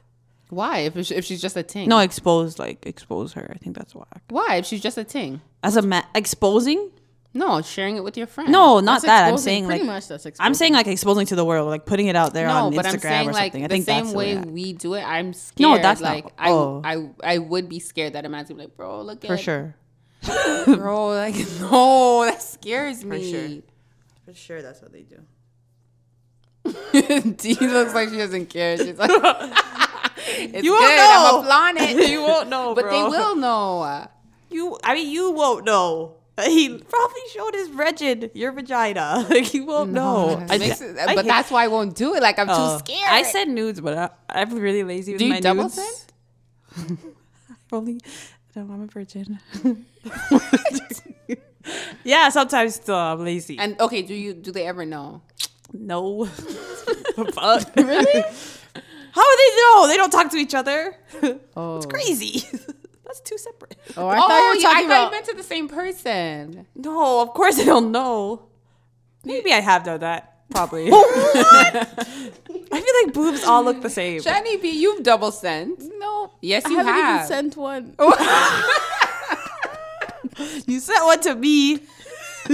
Speaker 3: why if it's- if she's just a ting.
Speaker 2: no, expose like expose her. I think that's whack.
Speaker 3: why if she's just a ting.
Speaker 2: As a man, exposing?
Speaker 3: No, sharing it with your friend.
Speaker 2: No, not that. I'm
Speaker 1: exposing.
Speaker 2: saying
Speaker 1: Pretty
Speaker 2: like
Speaker 1: much that's
Speaker 2: I'm saying like exposing to the world, like putting it out there
Speaker 3: no,
Speaker 2: on
Speaker 3: but I'm
Speaker 2: Instagram
Speaker 3: saying
Speaker 2: or
Speaker 3: like
Speaker 2: something.
Speaker 3: the
Speaker 2: I think
Speaker 3: same
Speaker 2: that's the
Speaker 3: way
Speaker 2: way.
Speaker 3: we do it. I'm scared.
Speaker 2: No, that's not-
Speaker 3: like
Speaker 2: oh.
Speaker 3: I, I I would be scared that a man's gonna be like, bro, look
Speaker 2: for
Speaker 3: at
Speaker 2: sure.
Speaker 3: bro, like no, that scares me.
Speaker 8: sure. For sure, that's what they do.
Speaker 3: Dee looks like she doesn't care. She's like, it's good.
Speaker 2: You won't
Speaker 3: I'm
Speaker 2: know.
Speaker 3: applauding it.
Speaker 2: you won't know,
Speaker 3: but they
Speaker 2: bro.
Speaker 3: will know.
Speaker 2: You, I mean, you won't know. He probably showed his Regin your vagina. Like you won't know.
Speaker 3: It makes it- but
Speaker 2: hate-
Speaker 3: that's why I won't do it. Like I'm
Speaker 2: Oh.
Speaker 3: too scared.
Speaker 2: I said nudes, but I, I'm really lazy with
Speaker 3: Do you
Speaker 2: my
Speaker 3: double
Speaker 2: nudes.
Speaker 3: send?
Speaker 2: Only, no, I'm a virgin. yeah, sometimes still I'm lazy.
Speaker 3: And okay, do you do they ever know?
Speaker 2: no, fuck. Really? How would they know? They don't talk to each other.
Speaker 3: Oh,
Speaker 2: It's crazy. That's too separate.
Speaker 3: Oh, I
Speaker 1: thought you were
Speaker 3: yeah,
Speaker 1: talking
Speaker 3: I thought
Speaker 1: about-
Speaker 3: you meant to the same person.
Speaker 2: No, of course they don't know. Maybe I have done that. Probably. I feel like boobs all look the same.
Speaker 3: Jenny B, you've double sent.
Speaker 1: No,
Speaker 3: Yes,
Speaker 1: I
Speaker 3: you
Speaker 1: haven't
Speaker 3: have.
Speaker 1: even sent one.
Speaker 2: You sent one to me.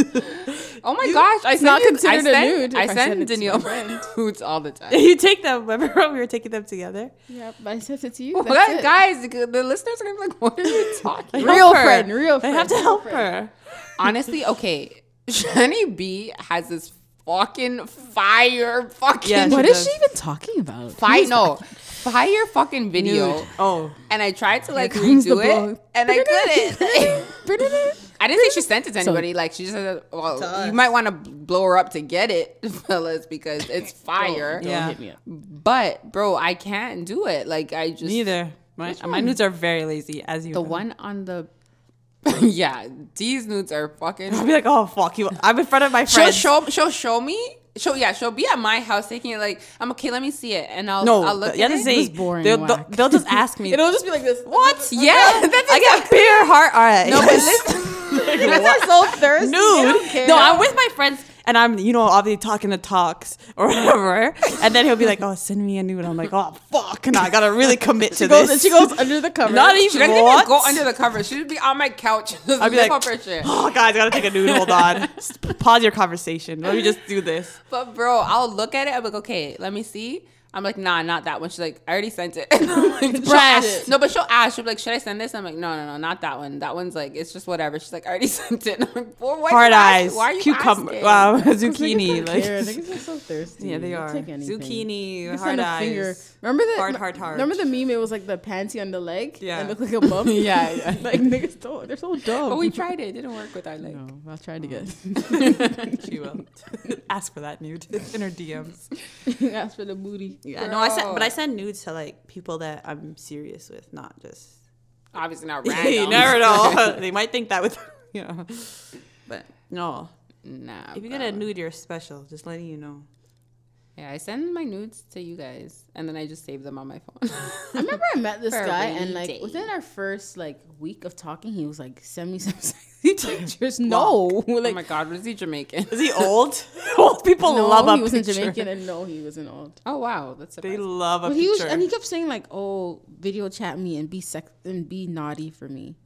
Speaker 3: oh my gosh, I send
Speaker 1: not
Speaker 3: you-
Speaker 1: considered a
Speaker 3: I send,
Speaker 1: nude if
Speaker 3: I
Speaker 1: I
Speaker 3: send,
Speaker 1: send it to
Speaker 3: Danielle
Speaker 1: my
Speaker 3: my nudes all the time.
Speaker 2: You take them. Remember we were taking them together.
Speaker 1: Yeah, but I sent it to you.
Speaker 3: Well,
Speaker 1: That's
Speaker 3: that-
Speaker 1: it.
Speaker 3: guys, the the listeners are gonna be like, "What are you talking?" about?"
Speaker 1: real
Speaker 2: help her.
Speaker 1: friend, real
Speaker 2: I
Speaker 1: friend.
Speaker 2: have to help her.
Speaker 3: Honestly, okay, Jenny B has this fucking fire fucking
Speaker 2: Yeah,
Speaker 10: What
Speaker 2: She
Speaker 10: is
Speaker 2: does.
Speaker 10: she even talking about?
Speaker 3: fire no fire fucking video.
Speaker 2: Oh,
Speaker 3: and I tried to like
Speaker 1: comes the
Speaker 3: redo it, and I couldn't. I didn't think she sent it to anybody. like she just said, "Well, you might want to blow her up to get it, fellas, because it's fire."
Speaker 2: yeah.
Speaker 10: Hit me up.
Speaker 3: But bro, I can't do it. Like I just
Speaker 2: Neither. My, my nudes are very lazy, as you.
Speaker 3: the
Speaker 2: know.
Speaker 3: one on the. yeah, these nudes are fucking.
Speaker 2: I'll be like, oh fuck you! I'm in front of my
Speaker 3: She'll
Speaker 2: friends.
Speaker 3: show she'll show me. She'll yeah she'll be at my house taking it like I'm okay. Let me see it, and I'll
Speaker 2: no,
Speaker 3: I'll look
Speaker 2: yeah,
Speaker 3: at
Speaker 2: this
Speaker 3: it.
Speaker 2: ain't-
Speaker 10: boring
Speaker 2: They'll, they'll,
Speaker 10: whack.
Speaker 2: they'll just ask me.
Speaker 1: It'll just be like this.
Speaker 2: what?
Speaker 3: Yeah, that's
Speaker 2: I got pure heart. All right.
Speaker 3: No, but listen.
Speaker 1: Guys are so thirsty.
Speaker 2: nude.
Speaker 1: They don't care.
Speaker 2: No, I'm with my friends and I'm, you know, obviously talking the talks or whatever. And then he'll be like, oh, send me a nude. I'm like, oh, fuck. And I got to really commit to
Speaker 1: She goes,
Speaker 2: this.
Speaker 1: she goes under the cover.
Speaker 2: Not
Speaker 3: She
Speaker 2: even
Speaker 3: doesn't even
Speaker 2: what?
Speaker 3: go under the cover. She would be on my couch. I'd
Speaker 2: be like, Oh, guys, I got to take a nude. Hold on. Just Pause your conversation. Let me just do this.
Speaker 3: But bro, I'll look at it. I'm like, okay, let me see. I'm like, nah, not that one. She's like, I already sent it. And I'm like, she'll
Speaker 2: Brush.
Speaker 3: ask- No, but she'll ask. She'll be like, should I send this? I'm like, no, no, no, not that one. That one's like, it's just whatever. She's like, I already sent it. And I'm like, well, why
Speaker 2: Hard
Speaker 3: you ask-
Speaker 2: eyes.
Speaker 3: Why are you
Speaker 2: Cucumber.
Speaker 3: asking?
Speaker 2: Wow.
Speaker 1: Niggas don't
Speaker 2: Zucchini.
Speaker 1: care.
Speaker 2: Like,
Speaker 1: Niggas are so thirsty.
Speaker 2: yeah, they
Speaker 1: They'll
Speaker 2: are.
Speaker 1: take anything.
Speaker 2: Zucchini.
Speaker 1: Just
Speaker 2: Hard
Speaker 1: on a finger.
Speaker 2: eyes.
Speaker 1: Remember that?
Speaker 2: Hard, hard, hard.
Speaker 1: Remember the meme? It was like the panty on the leg.
Speaker 2: Yeah. Oh,
Speaker 1: It looked like a bump.
Speaker 3: Yeah, yeah.
Speaker 1: like niggas don't. They're so dumb.
Speaker 3: But we tried it. It didn't work with our leg.
Speaker 1: No, I'll try it again.
Speaker 2: She will. Ask for that nude in her DMs.
Speaker 1: Ask for the booty.
Speaker 2: Yeah, no, I send, but
Speaker 3: Girl.
Speaker 2: I send nudes to like people that I'm serious with, not just.
Speaker 3: Obviously not random.
Speaker 2: you never know. they might think that with, Oh you know. But no,
Speaker 3: Nah.
Speaker 2: if you get a
Speaker 3: bro.
Speaker 2: nude, you're special. Just letting you know.
Speaker 3: Yeah, I send my nudes to you guys, and then I just save them on my phone.
Speaker 10: I remember I met this
Speaker 3: For a
Speaker 10: guy
Speaker 3: rainy
Speaker 10: and like
Speaker 3: day.
Speaker 10: within our first like week of talking, he was like, "Send me some sexy pictures." No,
Speaker 3: oh
Speaker 10: like
Speaker 3: my god, was he Jamaican?
Speaker 2: Is he old? old people
Speaker 10: no,
Speaker 2: Oh love a
Speaker 10: he was in
Speaker 2: picture.
Speaker 10: Jamaican and no, he was in old.
Speaker 3: Oh wow, that's
Speaker 2: They
Speaker 3: surprising.
Speaker 2: love a
Speaker 10: But he was,
Speaker 2: picture.
Speaker 10: and he kept saying like, "Oh, video chat me and be sex and be naughty for me."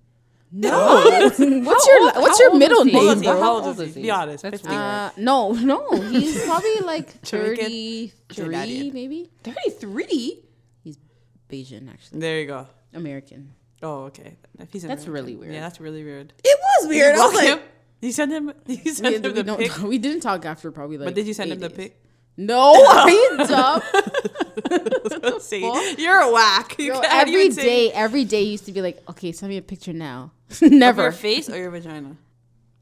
Speaker 2: no,
Speaker 10: What's your
Speaker 3: old-
Speaker 10: what's
Speaker 3: how
Speaker 10: your
Speaker 3: old
Speaker 10: middle
Speaker 3: is he?
Speaker 10: name?
Speaker 2: Hold on,
Speaker 10: Bro?
Speaker 2: how
Speaker 3: How
Speaker 2: old is he? Be honest.
Speaker 3: That's
Speaker 2: 50.
Speaker 10: Uh, no, no, he's probably like
Speaker 2: Jamaican?
Speaker 10: thirty-three,
Speaker 2: Trinidadian.
Speaker 10: maybe.
Speaker 3: Thirty-three.
Speaker 10: He's Bayesian, actually
Speaker 2: There you go.
Speaker 10: American.
Speaker 2: Oh, okay. If he's
Speaker 3: That's
Speaker 2: American.
Speaker 3: really weird.
Speaker 2: Yeah, that's really weird.
Speaker 8: It was weird. I was like,
Speaker 2: you sent him. You sent
Speaker 10: We,
Speaker 2: him
Speaker 10: we
Speaker 2: the
Speaker 10: don't.
Speaker 2: pic.
Speaker 10: We didn't talk after probably like.
Speaker 2: But did you send
Speaker 10: eight
Speaker 2: him the
Speaker 10: days.
Speaker 2: pic?
Speaker 10: No, are you dumb?
Speaker 2: See, you're a whack. You
Speaker 10: Bro,
Speaker 2: can't- how do you
Speaker 10: every
Speaker 2: say-
Speaker 10: day, every day used to be like, okay, send me a picture now.
Speaker 2: Of your
Speaker 10: Never.
Speaker 2: face or your vagina?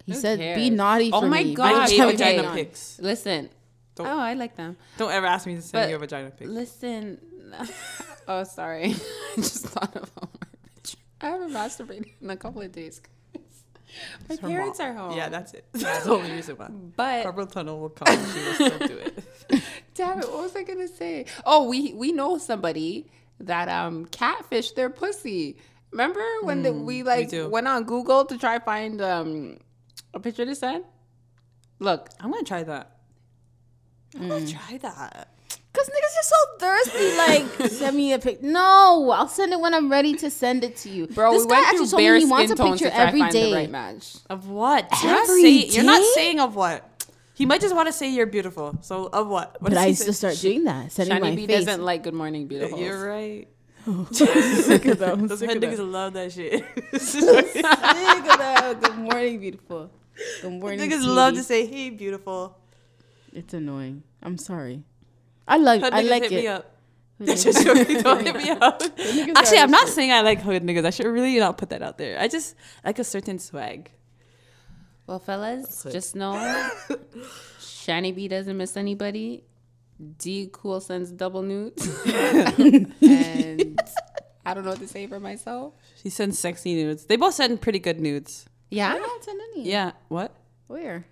Speaker 10: He
Speaker 3: Who
Speaker 10: said,
Speaker 3: cares?
Speaker 10: be naughty.
Speaker 3: Oh
Speaker 10: for
Speaker 3: my
Speaker 10: me.
Speaker 3: God,
Speaker 2: I
Speaker 3: Ah,
Speaker 2: hate
Speaker 3: okay.
Speaker 2: vagina pics.
Speaker 3: Listen.
Speaker 2: Don't-
Speaker 3: Oh, I like them.
Speaker 2: Don't ever ask me to send
Speaker 3: But-
Speaker 2: you a vagina pic.
Speaker 3: Listen. oh, sorry. I just thought of all my pictures. I haven't masturbated in a couple of days. My
Speaker 2: Her
Speaker 3: parents
Speaker 2: mom.
Speaker 3: are home.
Speaker 2: Yeah, that's it. That's the only reason why.
Speaker 3: But
Speaker 2: Carpal tunnel will come. She will still do it.
Speaker 3: damn it, what was I gonna say? Oh, we we know somebody that um catfish their pussy. Remember when the,
Speaker 10: Hmm,
Speaker 3: we like
Speaker 2: do.
Speaker 3: went on Google to try find um a picture to send? Look,
Speaker 2: I'm gonna try that. I'm
Speaker 3: Mm.
Speaker 2: gonna try that.
Speaker 10: Because niggas are so thirsty. Like, send me a pic. No, I'll send it when I'm ready to send it to you.
Speaker 3: bro,
Speaker 10: this
Speaker 3: we
Speaker 10: guy
Speaker 3: went
Speaker 10: actually
Speaker 3: through
Speaker 10: told me
Speaker 3: bare
Speaker 10: he
Speaker 3: skin
Speaker 10: wants a
Speaker 3: tones to
Speaker 10: picture
Speaker 3: try
Speaker 10: every
Speaker 3: find
Speaker 10: day.
Speaker 3: the right match.
Speaker 2: Of what? You're not,
Speaker 10: Every
Speaker 2: saying, you're not
Speaker 10: day?
Speaker 2: saying of what. He might just want to say you're beautiful. So of what? What
Speaker 10: But
Speaker 2: does
Speaker 10: I
Speaker 2: he
Speaker 10: used
Speaker 2: say?
Speaker 10: to start doing that, sending
Speaker 3: Shiny
Speaker 10: my
Speaker 3: B
Speaker 10: face.
Speaker 3: doesn't like Good Morning Beautiful.
Speaker 2: You're right.
Speaker 1: Look at them.
Speaker 2: Those
Speaker 1: Look
Speaker 2: hood
Speaker 1: at them.
Speaker 2: niggas love that shit.
Speaker 10: Look at that. Good morning, beautiful. Good morning.
Speaker 2: niggas
Speaker 10: cutie.
Speaker 2: love to say, "Hey, beautiful."
Speaker 10: It's annoying. I'm sorry. I like.
Speaker 2: Hood
Speaker 10: I
Speaker 2: niggas
Speaker 10: like
Speaker 2: hit
Speaker 10: it.
Speaker 2: me up. Just joking, don't hit me up.
Speaker 1: Niggas
Speaker 2: Hmm. Actually,
Speaker 1: are
Speaker 2: I'm not
Speaker 1: shit.
Speaker 2: saying I like hood niggas. I should really not put that out there. I just like a certain swag.
Speaker 3: Well, fellas, just know Shani B doesn't miss anybody. D Cool sends double nudes. and I don't know what to say for myself.
Speaker 2: She sends sexy nudes. They both send pretty good nudes.
Speaker 3: Yeah.
Speaker 1: send any.
Speaker 2: Yeah. What?
Speaker 1: Where?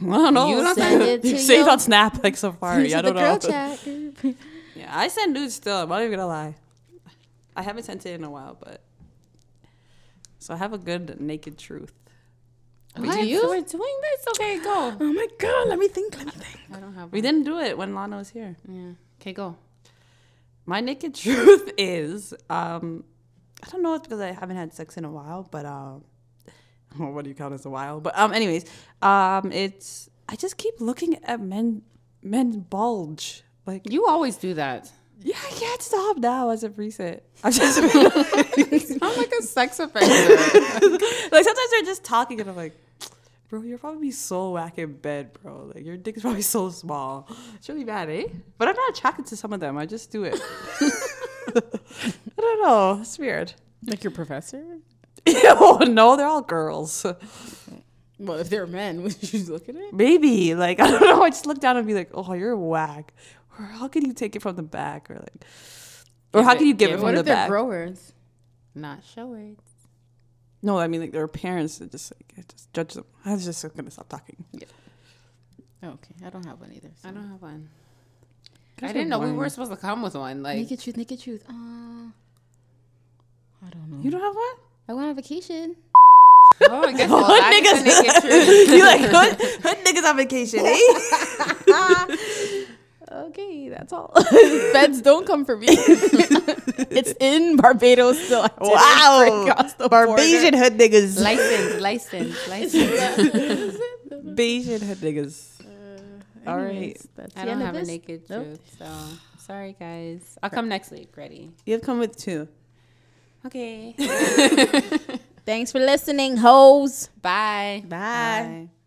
Speaker 2: I don't know.
Speaker 3: You don't
Speaker 10: Send it to
Speaker 2: Saved
Speaker 10: your-
Speaker 2: on Snap like Safari. I
Speaker 10: the
Speaker 2: don't
Speaker 10: girl
Speaker 2: know.
Speaker 10: chat group.
Speaker 2: Yeah, I send nudes still. I'm not even gonna lie. I haven't sent it in a while, but so I have a good naked truth.
Speaker 3: Do you? Um, We're doing this. Okay, go.
Speaker 8: Oh my god, let me think. Let me think.
Speaker 3: I don't have.
Speaker 2: We didn't do it when Lana was here.
Speaker 3: Yeah. Okay, go.
Speaker 2: My naked truth is, um, I don't know. It's because I haven't had sex in a while, but um, what do you count as a while? But um, anyways, um, it's I just keep looking at men men bulge like
Speaker 3: You always do that.
Speaker 2: yeah I can't stop now as of recent. I'm just
Speaker 3: I'm like a sex offender.
Speaker 2: like sometimes they're just talking and I'm like, bro, you're probably so whack in bed, bro. Like your dick's probably so small. It's really bad, eh? But I'm not attracted to some of them. I just do it. I don't know. It's weird.
Speaker 1: Like your professor?
Speaker 2: Ew, Oh, no, they're all girls.
Speaker 1: Well, if they're men, would you look at it?
Speaker 2: Maybe like I don't know. I just look down and be like, oh, you're whack. Or how can you take it from the back? Or like, or how can you give it
Speaker 3: give
Speaker 2: from the back?
Speaker 1: growers?
Speaker 3: Not showing.
Speaker 2: no, I mean like their parents that just like I just judge them. I was just gonna stop talking.
Speaker 1: Okay, I don't have one either.
Speaker 3: I don't have one. I didn't know we were supposed to come with one. Like
Speaker 10: Naked truth, naked truth. Uh, I don't know.
Speaker 2: You don't have one.
Speaker 10: I went on vacation.
Speaker 3: Oh, I guess well, that is a naked truth.
Speaker 2: you like hood, hood niggas on vacation, eh?
Speaker 1: Okay, that's all. Beds don't come for me. it's in Barbados still. I didn't
Speaker 2: Wow.
Speaker 1: break across the
Speaker 2: Barbadian hood niggas.
Speaker 3: License, license, license.
Speaker 2: Barbadian hood niggas. All right.
Speaker 1: That's
Speaker 3: I don't have a naked truth, so sorry guys. I'll come next week, ready?
Speaker 2: You have come with two.
Speaker 3: Okay.
Speaker 10: Thanks for listening, hoes.
Speaker 3: Bye.
Speaker 1: Bye.
Speaker 2: Ah. Bye.